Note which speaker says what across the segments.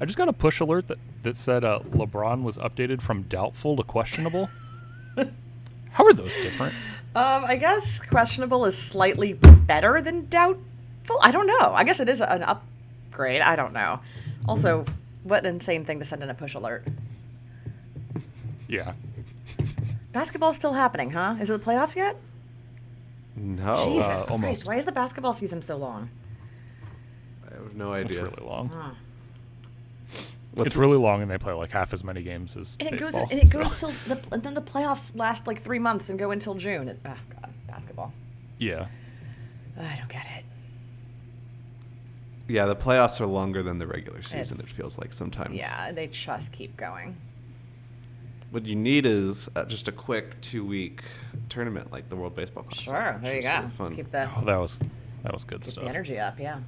Speaker 1: I just got a push alert that, that said uh, LeBron was updated from doubtful to questionable. How are those different?
Speaker 2: Um, I guess questionable is slightly better than doubtful. I don't know. I guess it is an upgrade. I don't know. Also, what an insane thing to send in a push alert.
Speaker 1: Yeah.
Speaker 2: Basketball's still happening, huh? Is it the playoffs yet?
Speaker 3: No,
Speaker 2: Jesus
Speaker 1: uh,
Speaker 2: Christ!
Speaker 1: almost.
Speaker 2: Why is the basketball season so long?
Speaker 3: I have no
Speaker 1: It's
Speaker 3: idea.
Speaker 1: really long.
Speaker 2: Huh.
Speaker 3: What's-
Speaker 1: it's really long, and they play like half as many games as
Speaker 2: And it
Speaker 1: baseball.
Speaker 2: goes and it
Speaker 1: so-
Speaker 2: goes till the and then the playoffs last like three months and go until June. It, oh God, basketball.
Speaker 1: yeah.
Speaker 2: I don't get it.
Speaker 3: yeah, the playoffs are longer than the regular season.
Speaker 2: It's-
Speaker 3: it feels like sometimes.
Speaker 2: Yeah, they just keep going.
Speaker 3: What you need is uh, just a quick two-week tournament like the World Baseball Classic.
Speaker 2: Sure,
Speaker 3: which
Speaker 2: there you
Speaker 3: is
Speaker 2: go.
Speaker 3: really fun.
Speaker 2: Keep the
Speaker 1: Oh, that was that was good
Speaker 2: keep
Speaker 1: stuff.
Speaker 2: the energy up. Yeah.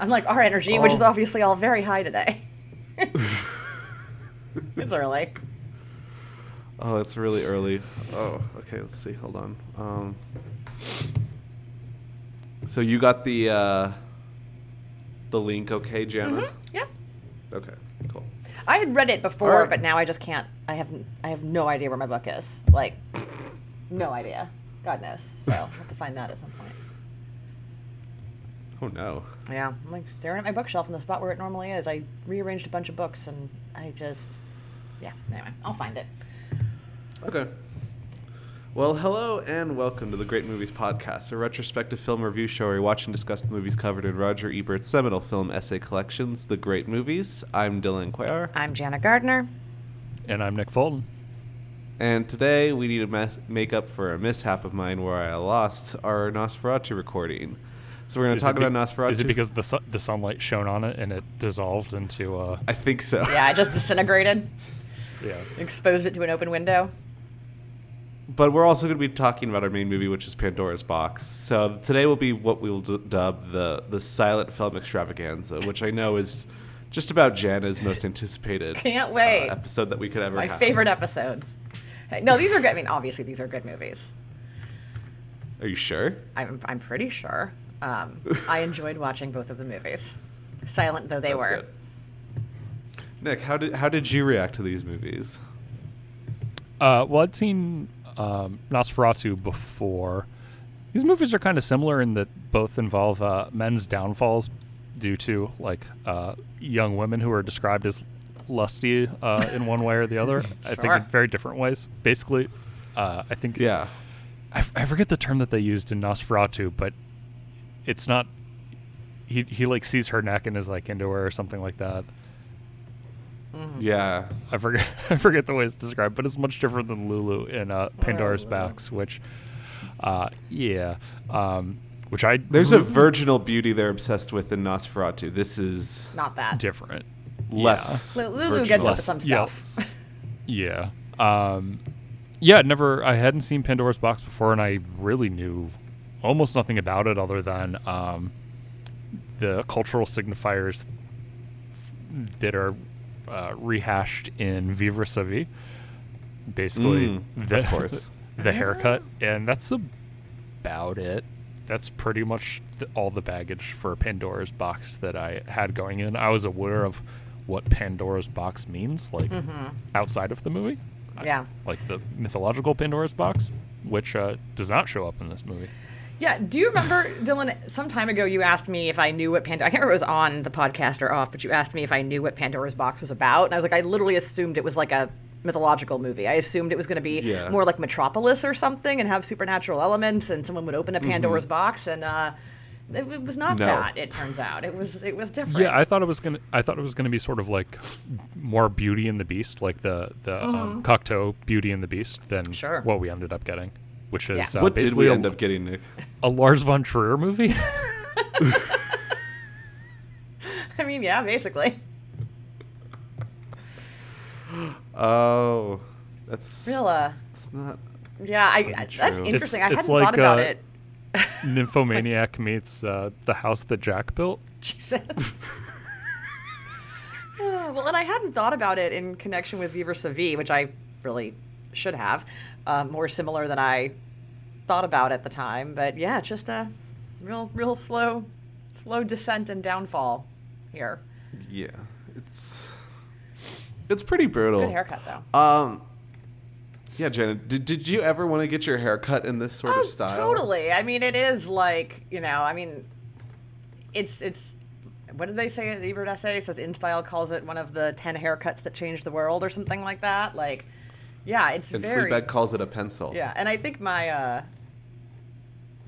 Speaker 2: Unlike our energy, which is
Speaker 3: Oh.
Speaker 2: obviously all very high today. it's early.
Speaker 3: Oh, it's really early. Oh, okay. Let's see. Hold on. Um, so you got the uh, the link, okay, Jana?
Speaker 2: Yep. Mm-hmm.
Speaker 3: Okay, cool.
Speaker 2: I had read it before,
Speaker 3: right.
Speaker 2: but now I just can't. I have I have no idea where my book is. Like, no idea. God knows. So I'll have to find that at some point.
Speaker 3: Oh no.
Speaker 2: Yeah, I'm like staring at my bookshelf in the spot where it normally is. I rearranged a bunch of books, and I just, yeah. Anyway, I'll find it.
Speaker 3: Okay. Well, hello and welcome to the Great Movies Podcast, a retrospective film review show where we watch and discuss the movies covered in Roger Ebert's seminal film essay collections, The Great Movies. I'm Dylan Cuellar,
Speaker 2: I'm Jana Gardner.
Speaker 1: And I'm Nick Fulton.
Speaker 3: and today we need to mas- make up for a mishap of mine where I lost our Nosferatu recording. So we're going
Speaker 1: Is
Speaker 3: to
Speaker 1: it
Speaker 3: talk
Speaker 1: be-
Speaker 3: about Nosferatu.
Speaker 1: Is it because the su- the sunlight shone on it and it dissolved into uh
Speaker 3: I think so.
Speaker 2: Yeah, I just disintegrated,
Speaker 1: yeah
Speaker 2: exposed it to an open window.
Speaker 3: But we're also going to be talking about our main movie, which is Pandora's Box. So today will be what we will d- dub the the silent film extravaganza, which I know is just about Jana's most anticipated
Speaker 2: Can't wait.
Speaker 3: uh, episode that we could ever
Speaker 2: My
Speaker 3: have.
Speaker 2: favorite episodes. Hey, No, these are good. I mean, obviously, these are good movies.
Speaker 3: Are you sure?
Speaker 2: I'm, I'm pretty sure. Um, I enjoyed watching both of the movies, silent though they
Speaker 3: That's
Speaker 2: were.
Speaker 3: good. Nick, how did how did you react to these movies?
Speaker 1: Uh, well, I'd seen um, Nosferatu before. These movies are kind of similar in that both involve uh, men's downfalls due to like uh, young women who are described as lusty uh, in one way or the other. I think
Speaker 2: Sure.
Speaker 1: in very different ways. Basically, uh, I think
Speaker 3: Yeah,
Speaker 1: I, f- I forget the term that they used in Nosferatu, but it's not. He he like sees her neck and is like into her or something like that.
Speaker 3: yeah.
Speaker 1: I forget I forget the way it's described, but it's much different than Lulu in uh, Pandora's Box, which, uh, yeah, um, which I
Speaker 3: There's a virginal beauty they're obsessed with in Nosferatu. This is
Speaker 2: Not that.
Speaker 1: different
Speaker 3: less.
Speaker 2: Lu- Lulu
Speaker 3: virginal.
Speaker 2: gets up
Speaker 1: Less-
Speaker 2: to some
Speaker 1: yeah,
Speaker 2: stuff.
Speaker 1: s- Yeah, Um, yeah. Never. I hadn't seen Pandora's Box before, and I really knew almost nothing about it other than um, the cultural signifiers that are uh, rehashed in Vivre Sa Vie. Basically,
Speaker 3: Mm,
Speaker 1: the,
Speaker 3: of course.
Speaker 1: the haircut, and that's about it. That's pretty much th- all the baggage for Pandora's Box that I had going in. I was aware of what Pandora's Box means, like outside of the movie,
Speaker 2: Mm-hmm. Yeah.
Speaker 1: like the mythological Pandora's Box, which uh, does not show up in this movie.
Speaker 2: Yeah. Do you remember, Dylan, some time ago you asked me if I knew what Pandora, I can't remember if it was on the podcast or off, but you asked me if I knew what Pandora's Box was about. And I was like, I literally assumed it was like a mythological movie. I assumed it was going to be
Speaker 3: Yeah.
Speaker 2: more like Metropolis or something and have supernatural elements and someone would open a Pandora's box. And uh, it, it was not
Speaker 3: Mm-hmm. No.
Speaker 2: that, it turns out. It was, it was different.
Speaker 1: Yeah, I thought it was gonna. I thought it was gonna be sort of like more Beauty and the Beast, like the the um, Cocteau Beauty and the Beast, than
Speaker 2: Mm-hmm. Sure.
Speaker 1: what we ended up getting, which is
Speaker 2: Yeah.
Speaker 1: uh,
Speaker 3: What did
Speaker 1: basically
Speaker 3: we
Speaker 1: a-
Speaker 3: end up getting, Nick?
Speaker 1: a Lars von Trier movie.
Speaker 2: I mean, yeah, basically.
Speaker 3: Oh, that's
Speaker 2: Real, uh,
Speaker 3: It's not.
Speaker 2: yeah, I, I-
Speaker 3: true.
Speaker 2: that's
Speaker 3: It's-
Speaker 2: interesting. I
Speaker 1: it's
Speaker 2: hadn't
Speaker 1: like,
Speaker 2: thought about
Speaker 1: uh,
Speaker 2: it.
Speaker 1: Nymphomaniac meets uh, the house that Jack built.
Speaker 2: Jesus. Oh, well, and I hadn't thought about it in connection with Vivre Sa Vie, which I really should have. Uh, more similar than I thought about at the time, but yeah, just a real, real slow slow descent and downfall here.
Speaker 3: Yeah, it's it's pretty brutal.
Speaker 2: Good haircut though.
Speaker 3: Um, yeah, Janet, did, did you ever want to get your hair cut in this sort
Speaker 2: oh,
Speaker 3: of style?
Speaker 2: totally. I mean, it is like you know. I mean, it's it's. What did they say in the Ebert essay? It says InStyle calls it one of the ten haircuts that changed the world, or something like that. Like, yeah, it's
Speaker 3: And
Speaker 2: very
Speaker 3: Fleabag calls it a pencil.
Speaker 2: Yeah, and I think my uh,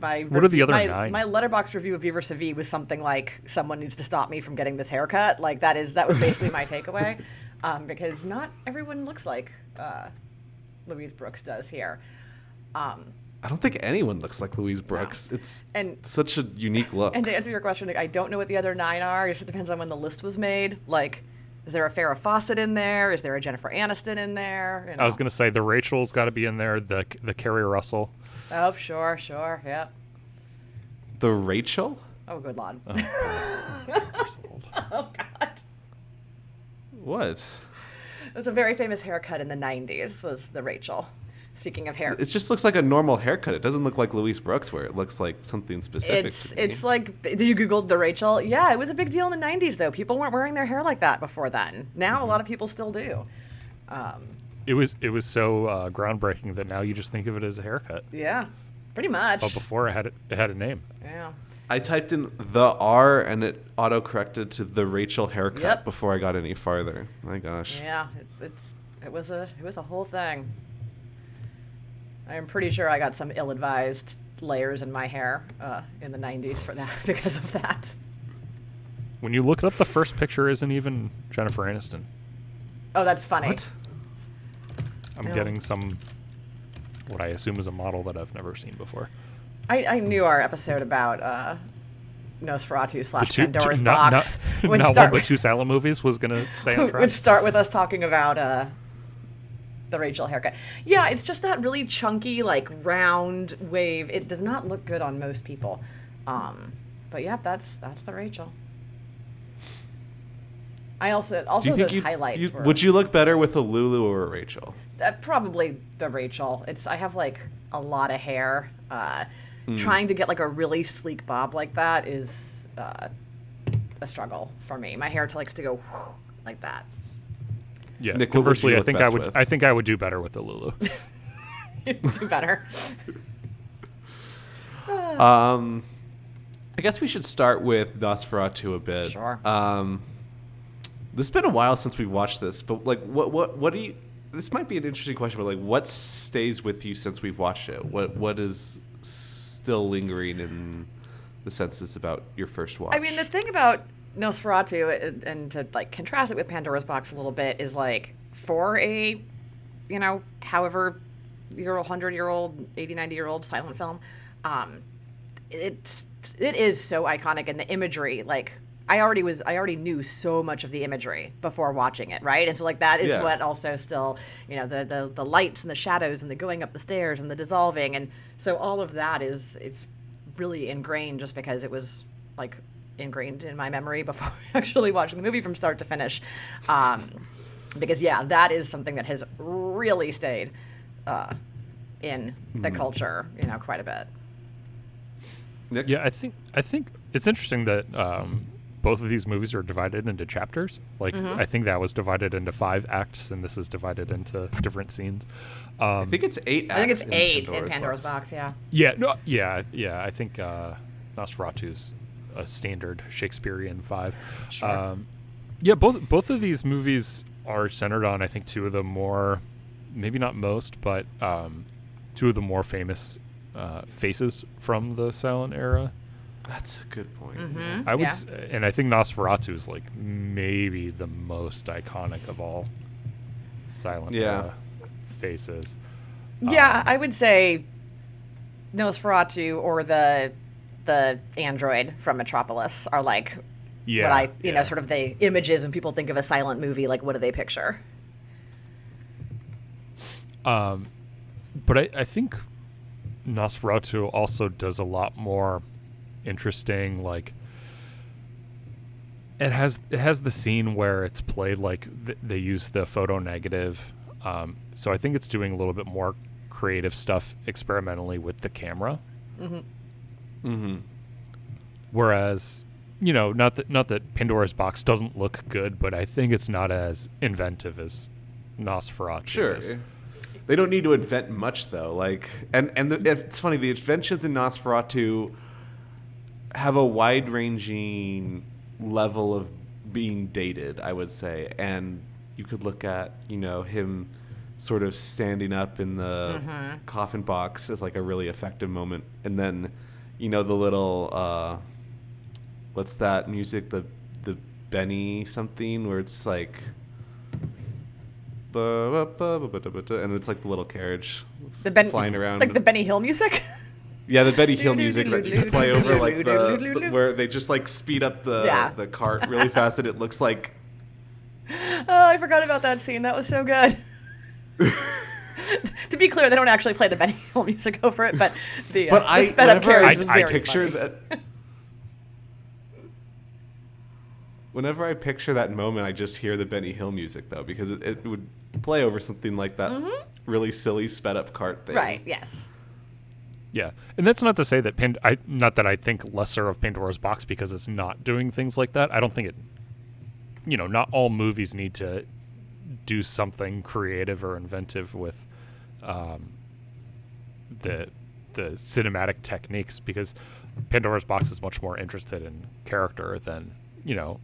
Speaker 2: my
Speaker 1: What are the other
Speaker 2: my,
Speaker 1: nine?
Speaker 2: My letterbox review of Beaver Savie was something like, "Someone needs to stop me from getting this haircut." Like that is that was basically my takeaway, um, because not everyone looks like uh, Louise Brooks does here. Um,
Speaker 3: I don't think anyone looks like Louise Brooks. It's
Speaker 2: And-
Speaker 3: such a unique look.
Speaker 2: and to answer your question, like, I don't know what the other nine are. It just depends on when the list was made. Like, is there a Farrah Fawcett in there? Is there a Jennifer Aniston in there? You
Speaker 1: I was
Speaker 2: know.
Speaker 1: gonna say the Rachel's got to be in there. The the Carrie Russell.
Speaker 2: Oh, sure, sure, yeah.
Speaker 3: the Rachel?
Speaker 2: Oh, good lord. oh God.
Speaker 3: What?
Speaker 2: It was a very famous haircut in the 90s, was the Rachel. Speaking of hair,
Speaker 3: It just looks like a normal haircut. It doesn't look like Louise Brooks, where it looks like something specific.
Speaker 2: it's
Speaker 3: to me.
Speaker 2: it's like did you googled the Rachel? Yeah, it was a big deal in the 90s though. People weren't wearing their hair like that before then. Now a lot of people still do. Um,
Speaker 1: It was it was so uh, groundbreaking that now you just think of it as a haircut.
Speaker 2: yeah, pretty much.
Speaker 1: But Oh, before it had it, it had a name.
Speaker 2: yeah.
Speaker 3: I typed in the R and it auto corrected to the Rachel haircut
Speaker 2: Yep.
Speaker 3: before I got any farther. My gosh.
Speaker 2: Yeah, it's it's it was a it was a whole thing. I am pretty sure I got some ill-advised layers in my hair uh, in the 90s for that because of that.
Speaker 1: When you look it up, the first picture isn't even Jennifer Aniston.
Speaker 2: Oh, that's funny.
Speaker 3: What?
Speaker 1: I'm
Speaker 2: No.
Speaker 1: getting some what I assume is a model that I've never seen before.
Speaker 2: I, I knew our episode about uh, Nosferatu
Speaker 1: The
Speaker 2: slash
Speaker 1: two, two-
Speaker 2: Pandora's
Speaker 1: not,
Speaker 2: box
Speaker 1: not,
Speaker 2: would,
Speaker 1: not one
Speaker 2: start
Speaker 1: but two silent movies was gonna stay on track.
Speaker 2: would start with us talking about uh, the Rachel haircut. Yeah, it's just that really chunky, like round wave. It does not look good on most people. Um, but yeah, that's that's the Rachel. I also also
Speaker 3: Do you think
Speaker 2: those
Speaker 3: you,
Speaker 2: highlights
Speaker 3: you-
Speaker 2: were
Speaker 3: would you look better with a Lulu or a Rachel?
Speaker 2: uh, probably the Rachel. It's I have like a lot of hair. Uh,
Speaker 3: Hmm.
Speaker 2: Trying to get like a really sleek bob like that is uh, a struggle for me. My hair likes to go whew, like that.
Speaker 1: yeah.
Speaker 3: Nick, what would
Speaker 1: conversely,
Speaker 3: you
Speaker 1: I
Speaker 3: look
Speaker 1: think I
Speaker 3: best
Speaker 1: would
Speaker 3: with?
Speaker 1: I think I would do better with the Lulu.
Speaker 2: Do better.
Speaker 3: Um, I guess we should start with Nosferatu a bit.
Speaker 2: Sure.
Speaker 3: Um, this has been a while since we've watched this, but like, what, what, what do you? This might be an interesting question, but like, what stays with you since we've watched it? What, what is still lingering in the census about your first watch?
Speaker 2: I mean, the thing about Nosferatu, and- and to like contrast it with Pandora's Box a little bit, is like for a, you know, however year old, hundred year old, 80, 90 year old silent film, um, it's it is so iconic, and the imagery, like I already was, I already knew so much of the imagery before watching it, right? And so like that is
Speaker 3: Yeah.
Speaker 2: what also still, you know, the the the lights and the shadows and the going up the stairs and the dissolving, and so all of that is it's really ingrained just because it was like ingrained in my memory before actually watching the movie from start to finish. Um, because yeah, that is something that has really stayed uh, in the culture, you know, quite a bit.
Speaker 3: Nick?
Speaker 1: Yeah, I think I think it's interesting that um, both of these movies are divided into chapters. Like I think that was divided into five acts, and this is divided into different scenes. Um,
Speaker 3: I think it's eight.
Speaker 2: I think it's
Speaker 3: acts
Speaker 2: eight in Pandora's box. yeah.
Speaker 1: Yeah, no, yeah, yeah. I think uh, Nosferatu's a standard Shakespearean five.
Speaker 2: Sure.
Speaker 1: Um, yeah, both both of these movies are centered on I think two of the more, maybe not most, but um, two of the more famous uh, faces from the silent era.
Speaker 3: That's a good point.
Speaker 1: I would,
Speaker 2: Yeah.
Speaker 1: s uh, and I think Nosferatu is like maybe the most iconic of all silent
Speaker 3: Yeah.
Speaker 1: era faces.
Speaker 2: Yeah,
Speaker 3: Oh.
Speaker 2: I would say Nosferatu or the the android from Metropolis are like
Speaker 1: Yeah,
Speaker 2: what I you know
Speaker 1: yeah.
Speaker 2: sort of the images when people think of a silent movie like what do they picture?
Speaker 1: Um, but I, I think Nosferatu also does a lot more interesting like it has it has the scene where it's played like th- they use the photo negative um, so I think it's doing a little bit more creative stuff experimentally with the camera mm-hmm. whereas you know, not that not that Pandora's box doesn't look good, but I think it's not as inventive as Nosferatu.
Speaker 3: Sure.
Speaker 1: is.
Speaker 3: They don't need to invent much though. Like, and and the, it's funny the inventions in Nosferatu have a wide-ranging level of being dated, I would say. And you could look at, you know, him sort of standing up in the coffin box as like a really effective moment. And then, you know, the little uh what's that music the the Benny something where it's like ba- ba- ba- ba- ba- ba- ba- and it's like the little carriage
Speaker 2: The Ben-
Speaker 3: flying around
Speaker 2: like the Benny Hill music.
Speaker 3: yeah, the Betty Hill music that you play over, like the, the- where they just like speed up the
Speaker 2: Yeah.
Speaker 3: the cart really fast, and it looks like
Speaker 2: oh, I forgot about that scene. That was so good. to be clear, they don't actually play the Benny Hill music over it, but the, uh,
Speaker 3: But
Speaker 2: the
Speaker 3: I,
Speaker 2: sped up
Speaker 3: whenever
Speaker 2: carriage
Speaker 3: I,
Speaker 2: is
Speaker 3: I
Speaker 2: very
Speaker 3: picture
Speaker 2: funny.
Speaker 3: that. Whenever I picture that moment, I just hear the Benny Hill music though, because it, it would play over something like that really silly sped up cart thing.
Speaker 2: Mm-hmm. Right. Yes.
Speaker 1: Yeah, and that's not to say that Pand- I not that I think lesser of Pandora's box because it's not doing things like that. I don't think it. You know, not all movies need to do something creative or inventive with um, the the cinematic techniques because Pandora's box is much more interested in character than you know.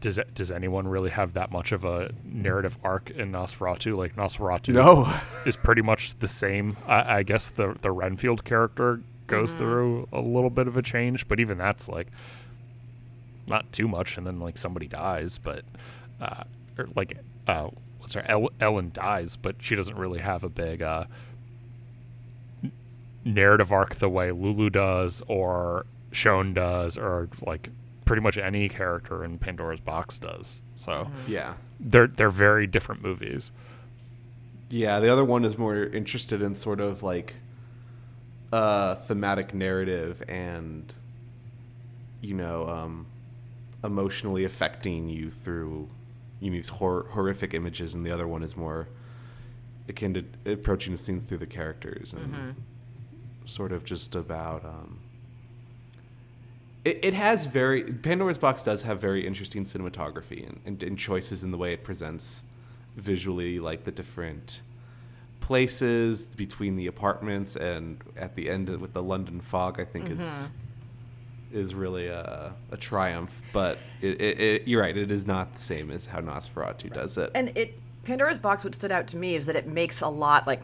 Speaker 1: Does, does anyone really have that much of a narrative arc in Nosferatu? Like Nosferatu
Speaker 3: No.
Speaker 1: is pretty much the same. I, I guess the the Renfield character goes through a little bit of a change, but even that's like not too much. And then like somebody dies, but uh, or like uh, what's her El- Ellen dies, but she doesn't really have a big uh, n- narrative arc the way Lulu does or Shone does or like pretty much any character in Pandora's box does. So
Speaker 3: Yeah.
Speaker 1: they're they're very different movies.
Speaker 3: Yeah, the other one is more interested in sort of like uh thematic narrative and you know, um emotionally affecting you through you know, these hor- horrific images and the other one is more akin to approaching the scenes through the characters and sort of just about um it, it has very Pandora's Box does have very interesting cinematography and, and, and choices in the way it presents visually, like the different places between the apartments and at the end with the London fog. I think is is really a, a triumph, but it, it, it, you're right. It is not the same as how Nosferatu does it.
Speaker 2: And it Pandora's box what stood out to me is that it makes a lot like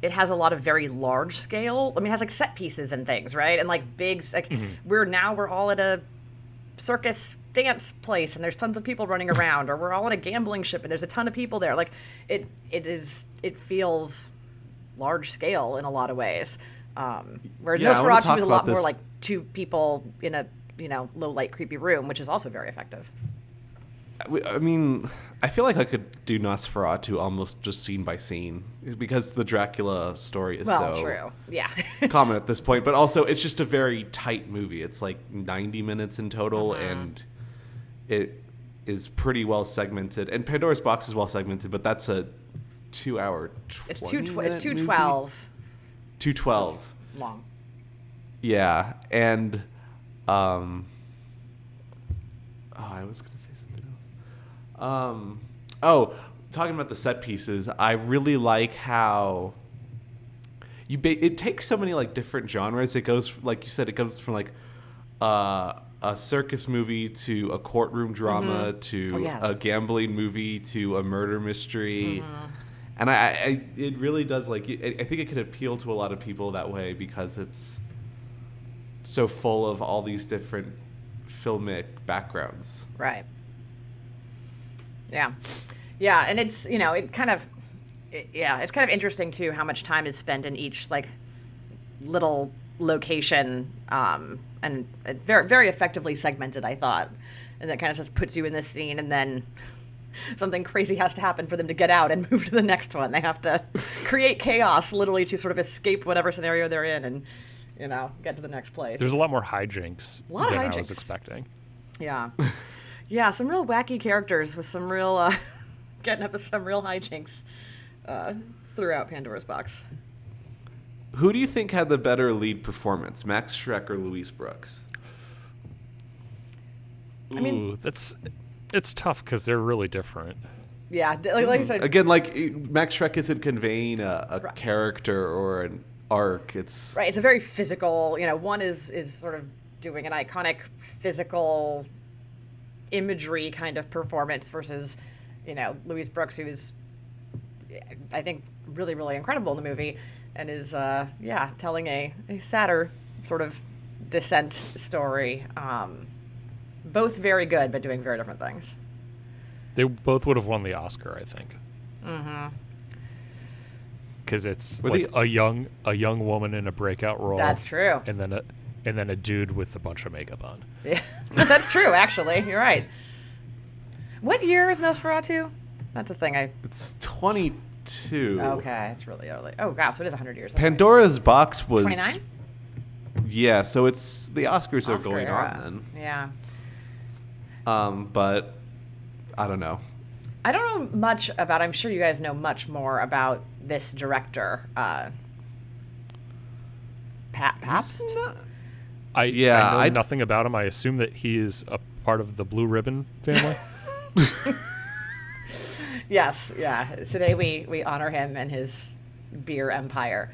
Speaker 2: it has a lot of very large scale. I mean, it has like set pieces and things, right? And like big like
Speaker 3: Mm-hmm.
Speaker 2: we're now we're all at a circus dance place and there's tons of people running around or we're all on a gambling ship and there's a ton of people there. Like it it is it feels large scale in a lot of ways. Um, where
Speaker 3: Yeah, I wanna
Speaker 2: Nosferatu
Speaker 3: talk
Speaker 2: is a
Speaker 3: about
Speaker 2: lot more
Speaker 3: this.
Speaker 2: like two people in a you know low light creepy room, which is also very effective.
Speaker 3: We- I mean, I feel like I could do Nosferatu almost just scene by scene because the Dracula story is
Speaker 2: Well,
Speaker 3: so
Speaker 2: true, yeah.
Speaker 3: common at this point, but also it's just a very tight movie. It's like 90 minutes in total,
Speaker 2: Uh-huh.
Speaker 3: and it is pretty well segmented. And Pandora's Box is well segmented, but that's a two hour.
Speaker 2: It's two. Tw- it's two
Speaker 3: minute movie?
Speaker 2: twelve
Speaker 3: 212.
Speaker 2: long.
Speaker 3: Yeah. And, um, oh, I was going to say something else. Um, oh, talking about the set pieces, I really like how you ba- it takes so many like different genres. It goes like you said, it goes from like uh, a circus movie to a courtroom drama to
Speaker 2: Oh, yeah.
Speaker 3: a gambling movie to a murder mystery,
Speaker 2: Mm-hmm.
Speaker 3: and I, I- I it really does like it, I think it could appeal to a lot of people that way because it's so full of all these different filmic backgrounds.
Speaker 2: Right. Yeah. Yeah, and it's, you know, it kind of it- yeah, it's kind of interesting too how much time is spent in each like little location um and it very very effectively segmented, I thought. And that kind of just puts you in this scene and then something crazy has to happen for them to get out and move to the next one. They have to create chaos literally to sort of escape whatever scenario they're in and you know, get to the next place.
Speaker 1: There's a lot more hijinks
Speaker 2: A lot of
Speaker 1: than I was
Speaker 2: hijinks.
Speaker 1: expecting.
Speaker 2: Yeah. yeah, some real wacky characters with some real, uh, getting up with some real hijinks uh, throughout Pandora's Box.
Speaker 3: Who do you think had the better lead performance, Max Schreck or Louise Brooks?
Speaker 1: Ooh,
Speaker 2: mean-
Speaker 1: that's it's tough because they're really different.
Speaker 2: Yeah, d- like, like I said,
Speaker 3: Again, like eh, Max Shrek isn't conveying a, a character or an arc. It's
Speaker 2: right? It's a very physical. You know, one is is sort of doing an iconic physical imagery kind of performance versus, you know, Louise Brooks, who's I think really really incredible in the movie, and is uh, yeah telling a, a sadder sort of descent story. Um, both very good, but doing very different things.
Speaker 1: They both would have won the Oscar, I think.
Speaker 2: Mm-hmm.
Speaker 1: Because it's
Speaker 3: Were
Speaker 1: like
Speaker 3: they-
Speaker 1: a young a young woman in a breakout role.
Speaker 2: That's true.
Speaker 1: And then a and then a dude with a bunch of makeup on.
Speaker 2: Yeah, that's true. Actually, you're right. What year is Nosferatu? That's a thing. I
Speaker 3: it's 22.
Speaker 2: okay. It's really early. Oh gosh, so it is 100 years. okay.
Speaker 3: Pandora's box was
Speaker 2: 29.
Speaker 3: yeah, so it's the Oscars are
Speaker 2: Oscar
Speaker 3: going
Speaker 2: era.
Speaker 3: on
Speaker 2: Yeah.
Speaker 3: then. Um, but I don't know.
Speaker 2: I don't know much about. I'm sure you guys know much more about this director. Uh, Pat Pabst.
Speaker 1: I
Speaker 3: Yeah,
Speaker 1: I know
Speaker 3: I'd-
Speaker 1: nothing about him. I assume that he is a part of the Blue Ribbon family.
Speaker 2: Yes. Yeah. Today we we honor him and his beer empire.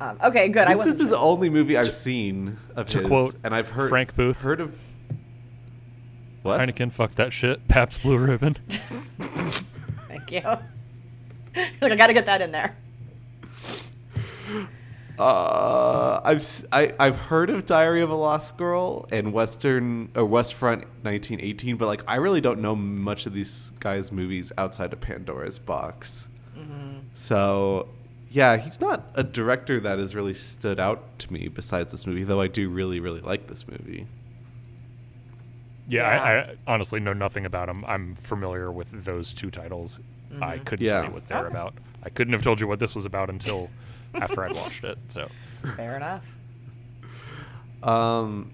Speaker 2: Um, okay. Good. I
Speaker 3: this is
Speaker 2: wasn't.
Speaker 3: his only movie I've seen of
Speaker 1: to
Speaker 3: his,
Speaker 1: quote
Speaker 3: and I've heard
Speaker 1: Frank Booth.
Speaker 3: heard of what?
Speaker 1: Heineken, fuck that shit. Pabst Blue Ribbon.
Speaker 2: Thank you. like I got to get that in there.
Speaker 3: Uh, I've s- I, have i have heard of Diary of a Lost Girl and Western or West Front 1918, but like I really don't know much of these guys' movies outside of Pandora's Box. So, yeah, he's not a director that has really stood out to me besides this movie, though I do really really like this movie.
Speaker 1: Yeah,
Speaker 2: Yeah.
Speaker 1: I, I honestly know nothing about him. I'm familiar with those two titles. I couldn't
Speaker 3: Yeah.
Speaker 1: tell you what they're
Speaker 2: Mm-hmm. Okay.
Speaker 1: about. I couldn't have told you what this was about until after I'd watched it. So
Speaker 2: Fair enough.
Speaker 3: Um,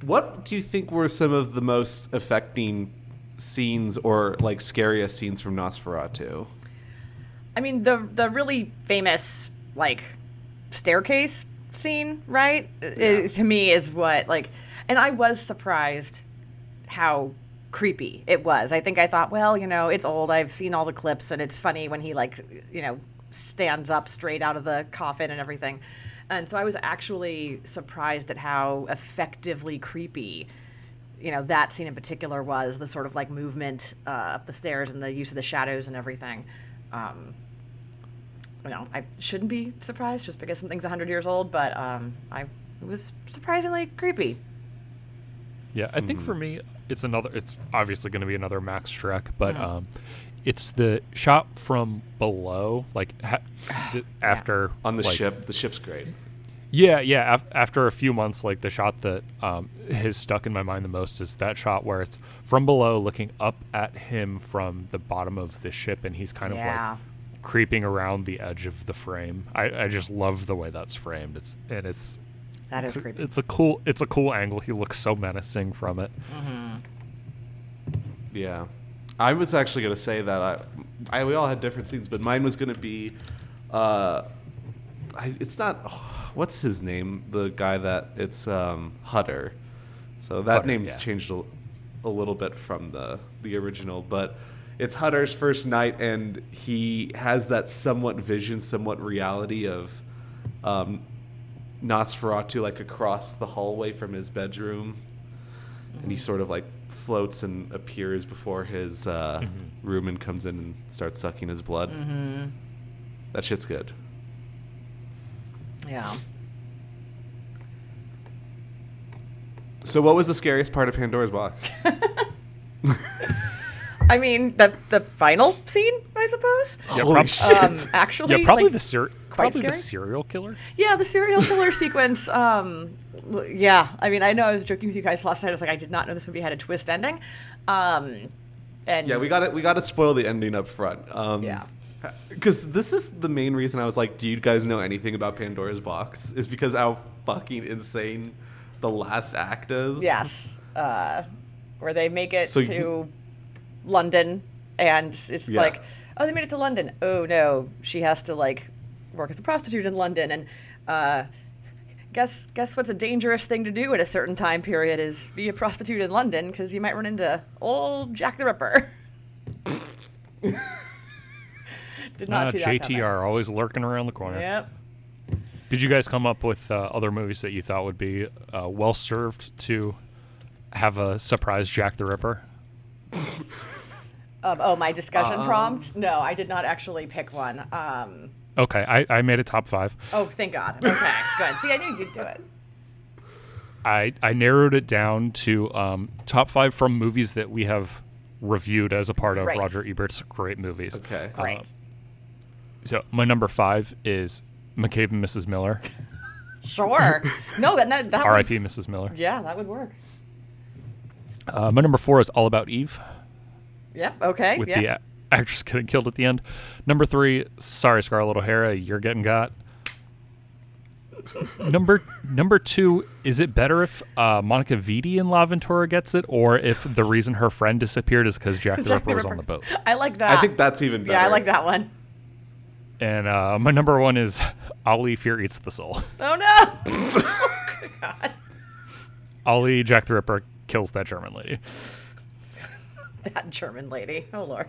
Speaker 3: what do you think were some of the most affecting scenes or like scariest scenes from Nosferatu?
Speaker 2: I mean the the really famous like staircase scene, right? I- to me is what like and I was surprised how creepy it was. I think I thought, well, you know, it's old. I've seen all the clips and it's funny when he like, you know, stands up straight out of the coffin and everything. And so I was actually surprised at how effectively creepy you know that scene in particular was the sort of like movement uh, up the stairs and the use of the shadows and everything. Um, you know, I shouldn't be surprised just because something's hundred years old, but um, I it was surprisingly creepy.
Speaker 1: yeah, I
Speaker 3: Mm-hmm.
Speaker 1: think for me, it's another. It's obviously going to be another Max Shrek, but
Speaker 2: Mm-hmm.
Speaker 1: um, it's the shot from below, like ha- the, after
Speaker 3: On the
Speaker 1: like,
Speaker 3: ship, the ship's great.
Speaker 1: Yeah, yeah. Af- after a few months, like the shot that um, has stuck in my mind the most is that shot where it's from below looking up at him from the bottom of the ship, and he's kind
Speaker 2: Yeah.
Speaker 1: of like creeping around the edge of the frame. I, I just love the way that's framed. It's and it's
Speaker 2: That is creepy.
Speaker 1: it's a cool it's a cool angle. He looks so menacing from it.
Speaker 3: Yeah, I was actually gonna say that I, I we all had different scenes, but mine was gonna be, uh, I, it's not, what's his name? The guy that it's um, Hutter. So that
Speaker 1: Hutter,
Speaker 3: name's
Speaker 1: yeah.
Speaker 3: changed a, a little bit from the the original, but it's Hutter's first night, and he has that somewhat vision, somewhat reality of. Um, Nosferatu like across the hallway from his bedroom and he sort of like floats and appears before his uh,
Speaker 2: Mm-hmm.
Speaker 3: room and comes in and starts sucking his blood. That shit's good.
Speaker 2: yeah.
Speaker 3: So, what was the scariest part of Pandora's box?
Speaker 2: I mean the the final scene, I suppose.
Speaker 1: Yeah,
Speaker 3: Holy
Speaker 1: prob-
Speaker 3: shit!
Speaker 2: Um, actually,
Speaker 1: yeah, probably
Speaker 2: like-
Speaker 1: the ser-
Speaker 2: quite
Speaker 1: probably the
Speaker 2: scary.
Speaker 1: serial killer.
Speaker 2: Yeah, the serial killer sequence. Um, l- yeah, I mean, I know I was joking with you guys last night. I was like, I did not know this movie had a twist ending. Um, and
Speaker 3: yeah, we got to We got to spoil the ending up front. Um,
Speaker 2: Yeah.
Speaker 3: Because this is the main reason I was like, "Do you guys know anything about Pandora's box?" Is because how fucking insane the last act is.
Speaker 2: Yes, uh, where they make it
Speaker 3: So
Speaker 2: to
Speaker 3: you-
Speaker 2: London, and it's
Speaker 3: Yeah.
Speaker 2: like, oh, they made it to London. Oh no, she has to like work as a prostitute in London, and uh, guess guess what's a dangerous thing to do at a certain time period is be a prostitute in London because you might run into old Jack the Ripper. Did not
Speaker 1: Ah,
Speaker 2: see that
Speaker 1: JTR
Speaker 2: coming.
Speaker 1: always lurking around the corner.
Speaker 2: Yep.
Speaker 1: Did you guys come up with uh, other movies that you thought would be uh, well served to have a surprise Jack the Ripper?
Speaker 2: Um, oh, my discussion prompt? No, I did not actually pick one. Um,
Speaker 1: Okay, I, I made a top five.
Speaker 2: oh, thank God. Okay, good. See, I knew you'd do it.
Speaker 1: I, I narrowed it down to um, top five from movies that we have reviewed as a part of
Speaker 2: Great.
Speaker 1: Roger Ebert's great movies.
Speaker 3: Okay.
Speaker 1: Uh,
Speaker 2: Great.
Speaker 1: so my number five is McCabe and Mrs. Miller.
Speaker 2: Sure. No, that, that, that would-
Speaker 1: R.I.P. Mrs. Miller.
Speaker 2: Yeah, that would work.
Speaker 1: Uh, my number four is All About Eve
Speaker 2: Yep. Okay.
Speaker 1: with
Speaker 2: yeah.
Speaker 1: the uh, a- actress getting killed at the end. Number three, sorry Scarlett O'Hara, you're getting got. number number two, is it better if uh, Monica Vitti in La Ventura gets it, or if the reason her friend disappeared is because Jack the
Speaker 2: Jack
Speaker 1: Ripper
Speaker 2: the
Speaker 1: was on the
Speaker 2: Ripper.
Speaker 1: boat?
Speaker 2: I like that.
Speaker 3: I think that's even better.
Speaker 2: Yeah, I like that one.
Speaker 1: And uh, my number one is Ali Fear Eats the Soul.
Speaker 2: Oh no! Oh, God.
Speaker 1: Ali Jack the Ripper kills that German lady.
Speaker 2: That German lady. Oh Lord.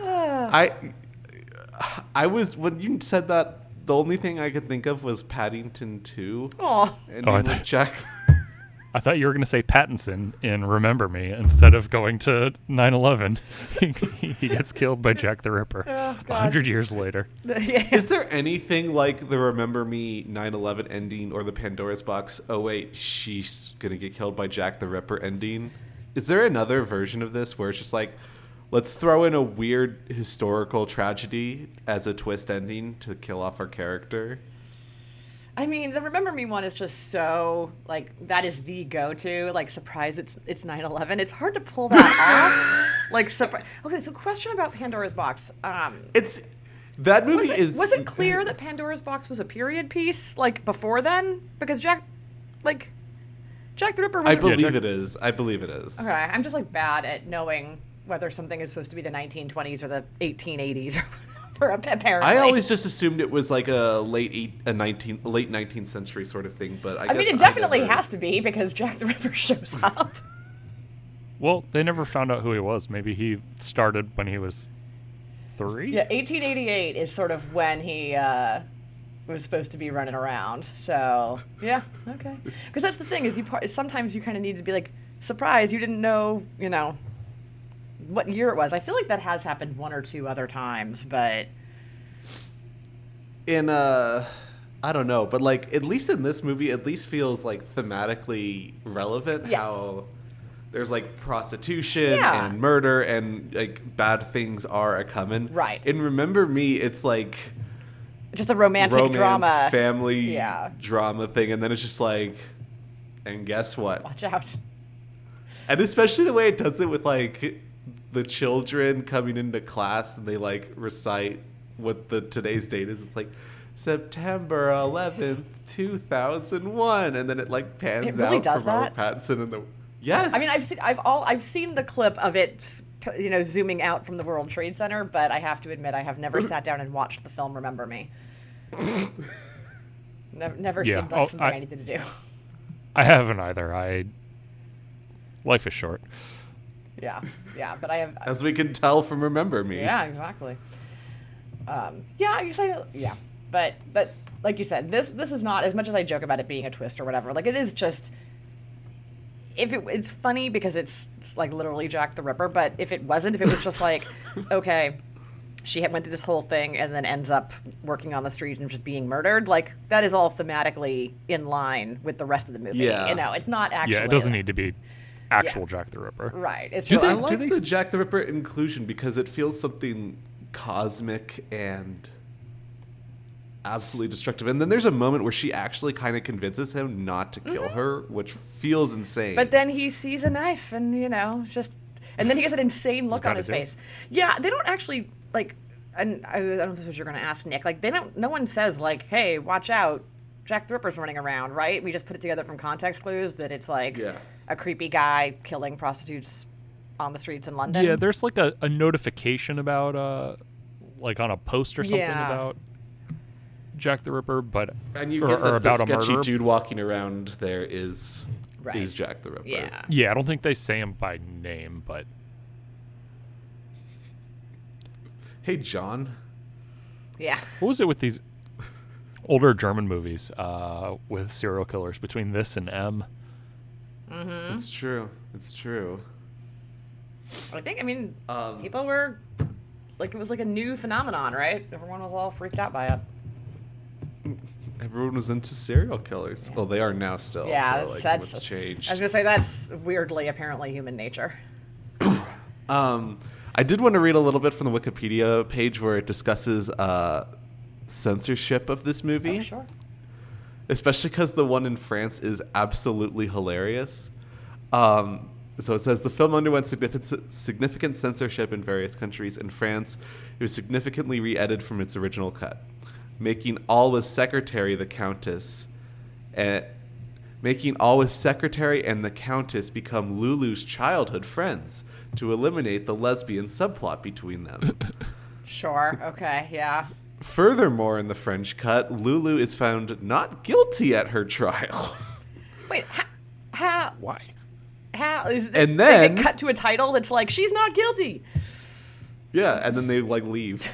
Speaker 3: I I was when you said that the only thing I could think of was Paddington Two.
Speaker 2: Oh,
Speaker 3: And
Speaker 1: Oh, I
Speaker 3: with
Speaker 1: thought-
Speaker 3: Jack.
Speaker 1: I thought you were going to say Pattinson in Remember Me instead of going to 9 11. he gets killed by Jack the Ripper
Speaker 2: Oh,
Speaker 1: a
Speaker 2: God.
Speaker 1: 100 years later.
Speaker 2: yeah.
Speaker 3: Is there anything like the Remember Me 9/11 ending or the Pandora's box? Oh wait, she's gonna get killed by Jack the Ripper ending. Is there another version of this where it's just like, let's throw in a weird historical tragedy as a twist ending to kill off our character?
Speaker 2: I mean, the Remember Me one is just so like that is the go-to. Like, surprise! It's it's 9/11. It's hard to pull that off. Like, surprise. Okay, so question about Pandora's Box. Um,
Speaker 3: It's that movie
Speaker 2: was
Speaker 3: is
Speaker 2: it, was it clear that Pandora's Box was a period piece like before then? Because Jack, like, Jack the Ripper. Was
Speaker 3: I
Speaker 2: a-
Speaker 3: believe
Speaker 1: Jack-
Speaker 3: it is. I believe it is.
Speaker 2: Okay, I'm just like bad at knowing whether something is supposed to be the 1920s or the 1880s or whatever, ap- apparently.
Speaker 3: I always just assumed it was like a late eight, a nineteen late nineteenth century sort of thing, but I,
Speaker 2: I mean,
Speaker 3: guess
Speaker 2: it definitely
Speaker 3: never-
Speaker 2: has to be because Jack the Ripper shows up.
Speaker 1: Well, they never found out who he was. Maybe he started when he was three?
Speaker 2: yeah, 1888 is sort of when he uh, was supposed to be running around. So yeah, okay. Because that's the thing is you part, sometimes you kind of need to be like surprised you didn't know you know what year it was. I feel like that has happened one or two other times, but
Speaker 3: in uh I don't know, but like at least in this movie, at least feels like thematically relevant
Speaker 2: Yes.
Speaker 3: how there's like prostitution
Speaker 2: Yeah.
Speaker 3: and murder and like bad things are a coming.
Speaker 2: Right.
Speaker 3: And remember me, it's like
Speaker 2: just a romantic
Speaker 3: romance,
Speaker 2: drama.
Speaker 3: family
Speaker 2: Yeah.
Speaker 3: drama thing, and then it's just like and guess what?
Speaker 2: Watch out.
Speaker 3: And especially the way it does it with like the children coming into class and they like recite what the today's date is. It's like September 11th, 2001. And then it like pans
Speaker 2: really
Speaker 3: out
Speaker 2: does
Speaker 3: from Robert
Speaker 2: that?
Speaker 3: Pattinson and the. Yes.
Speaker 2: I mean, I've seen I've all I've seen the clip of it, you know, zooming out from the World Trade Center, but I have to admit I have never sat down and watched the film. Remember me? never, never
Speaker 1: Yeah.
Speaker 2: seemed like
Speaker 1: Oh,
Speaker 2: something I,
Speaker 1: I-
Speaker 2: needed to do.
Speaker 1: I haven't either. I Life is short.
Speaker 2: yeah, yeah, but I have.
Speaker 3: As we can tell from Remember Me.
Speaker 2: yeah, exactly. Um, yeah, I guess I yeah, but but like you said, this this is not as much as I joke about it being a twist or whatever. Like it is just. If it, it's funny because it's, it's like literally Jack the Ripper, but if it wasn't, if it was just like, okay, she had went through this whole thing and then ends up working on the street and just being murdered, like that is all thematically in line with the rest of the movie.
Speaker 3: Yeah.
Speaker 2: You know, it's not actually
Speaker 1: yeah, it doesn't need to be actual Jack the Ripper.
Speaker 2: right. It's
Speaker 1: Do
Speaker 2: just,
Speaker 1: they-
Speaker 3: I
Speaker 1: do
Speaker 3: like
Speaker 1: they-
Speaker 3: the Jack the Ripper inclusion because it feels something cosmic and absolutely destructive. And then there's a moment where she actually kind of convinces him not to kill her, which feels insane.
Speaker 2: Mm-hmm. But then he sees a knife, and you know, it's just, and then he gets an insane look on
Speaker 1: gotta
Speaker 2: his
Speaker 1: do it.
Speaker 2: face. Yeah, they don't actually like, and I, I don't know if this is what you're going to ask, Nick. Like, they don't. No one says like, "Hey, watch out, Jack the Ripper's running around." Right? We just put it together from context clues that it's like
Speaker 3: Yeah.
Speaker 2: a creepy guy killing prostitutes on the streets in London.
Speaker 1: Yeah, there's like a, a notification about uh like on a post or something
Speaker 2: Yeah.
Speaker 1: about Jack the Ripper, but
Speaker 3: And you
Speaker 1: or,
Speaker 3: get
Speaker 1: or
Speaker 3: that the
Speaker 1: about a
Speaker 3: sketchy
Speaker 1: murder.
Speaker 3: dude walking around there is
Speaker 2: Right.
Speaker 3: is Jack the Ripper.
Speaker 2: Yeah.
Speaker 1: Yeah, I don't think they say him by name, but
Speaker 3: Hey John.
Speaker 2: Yeah.
Speaker 1: what was it with these older German movies uh, with serial killers between this and M?
Speaker 2: Hmm?
Speaker 3: It's true. It's true.
Speaker 2: I think, I mean,
Speaker 3: Um,
Speaker 2: people were, like, it was like a new phenomenon, right? Everyone was all freaked out by it.
Speaker 3: Everyone was into serial killers. Well, they are now still.
Speaker 2: Yeah,
Speaker 3: so, like,
Speaker 2: that's
Speaker 3: what's changed.
Speaker 2: I was gonna say that's weirdly apparently human nature.
Speaker 3: Um, I did want to read a little bit from the Wikipedia page where it discusses uh, censorship of this movie,
Speaker 2: Oh, sure.
Speaker 3: especially because the one in France is absolutely hilarious. Um, so it says the film underwent significant, significant censorship in various countries. In France, it was significantly re edited from its original cut, making Alwa's secretary the Countess. And, making Alwa's secretary and the Countess become Lulu's childhood friends to eliminate the lesbian subplot between them.
Speaker 2: Sure. Okay. Yeah.
Speaker 3: Furthermore, in the French cut, Lulu is found not guilty at her trial.
Speaker 2: Wait. How? How?
Speaker 1: Why?
Speaker 2: how is
Speaker 3: And
Speaker 2: they get
Speaker 3: then-
Speaker 2: cut to a title that's like she's not guilty.
Speaker 3: yeah, and then they like leave.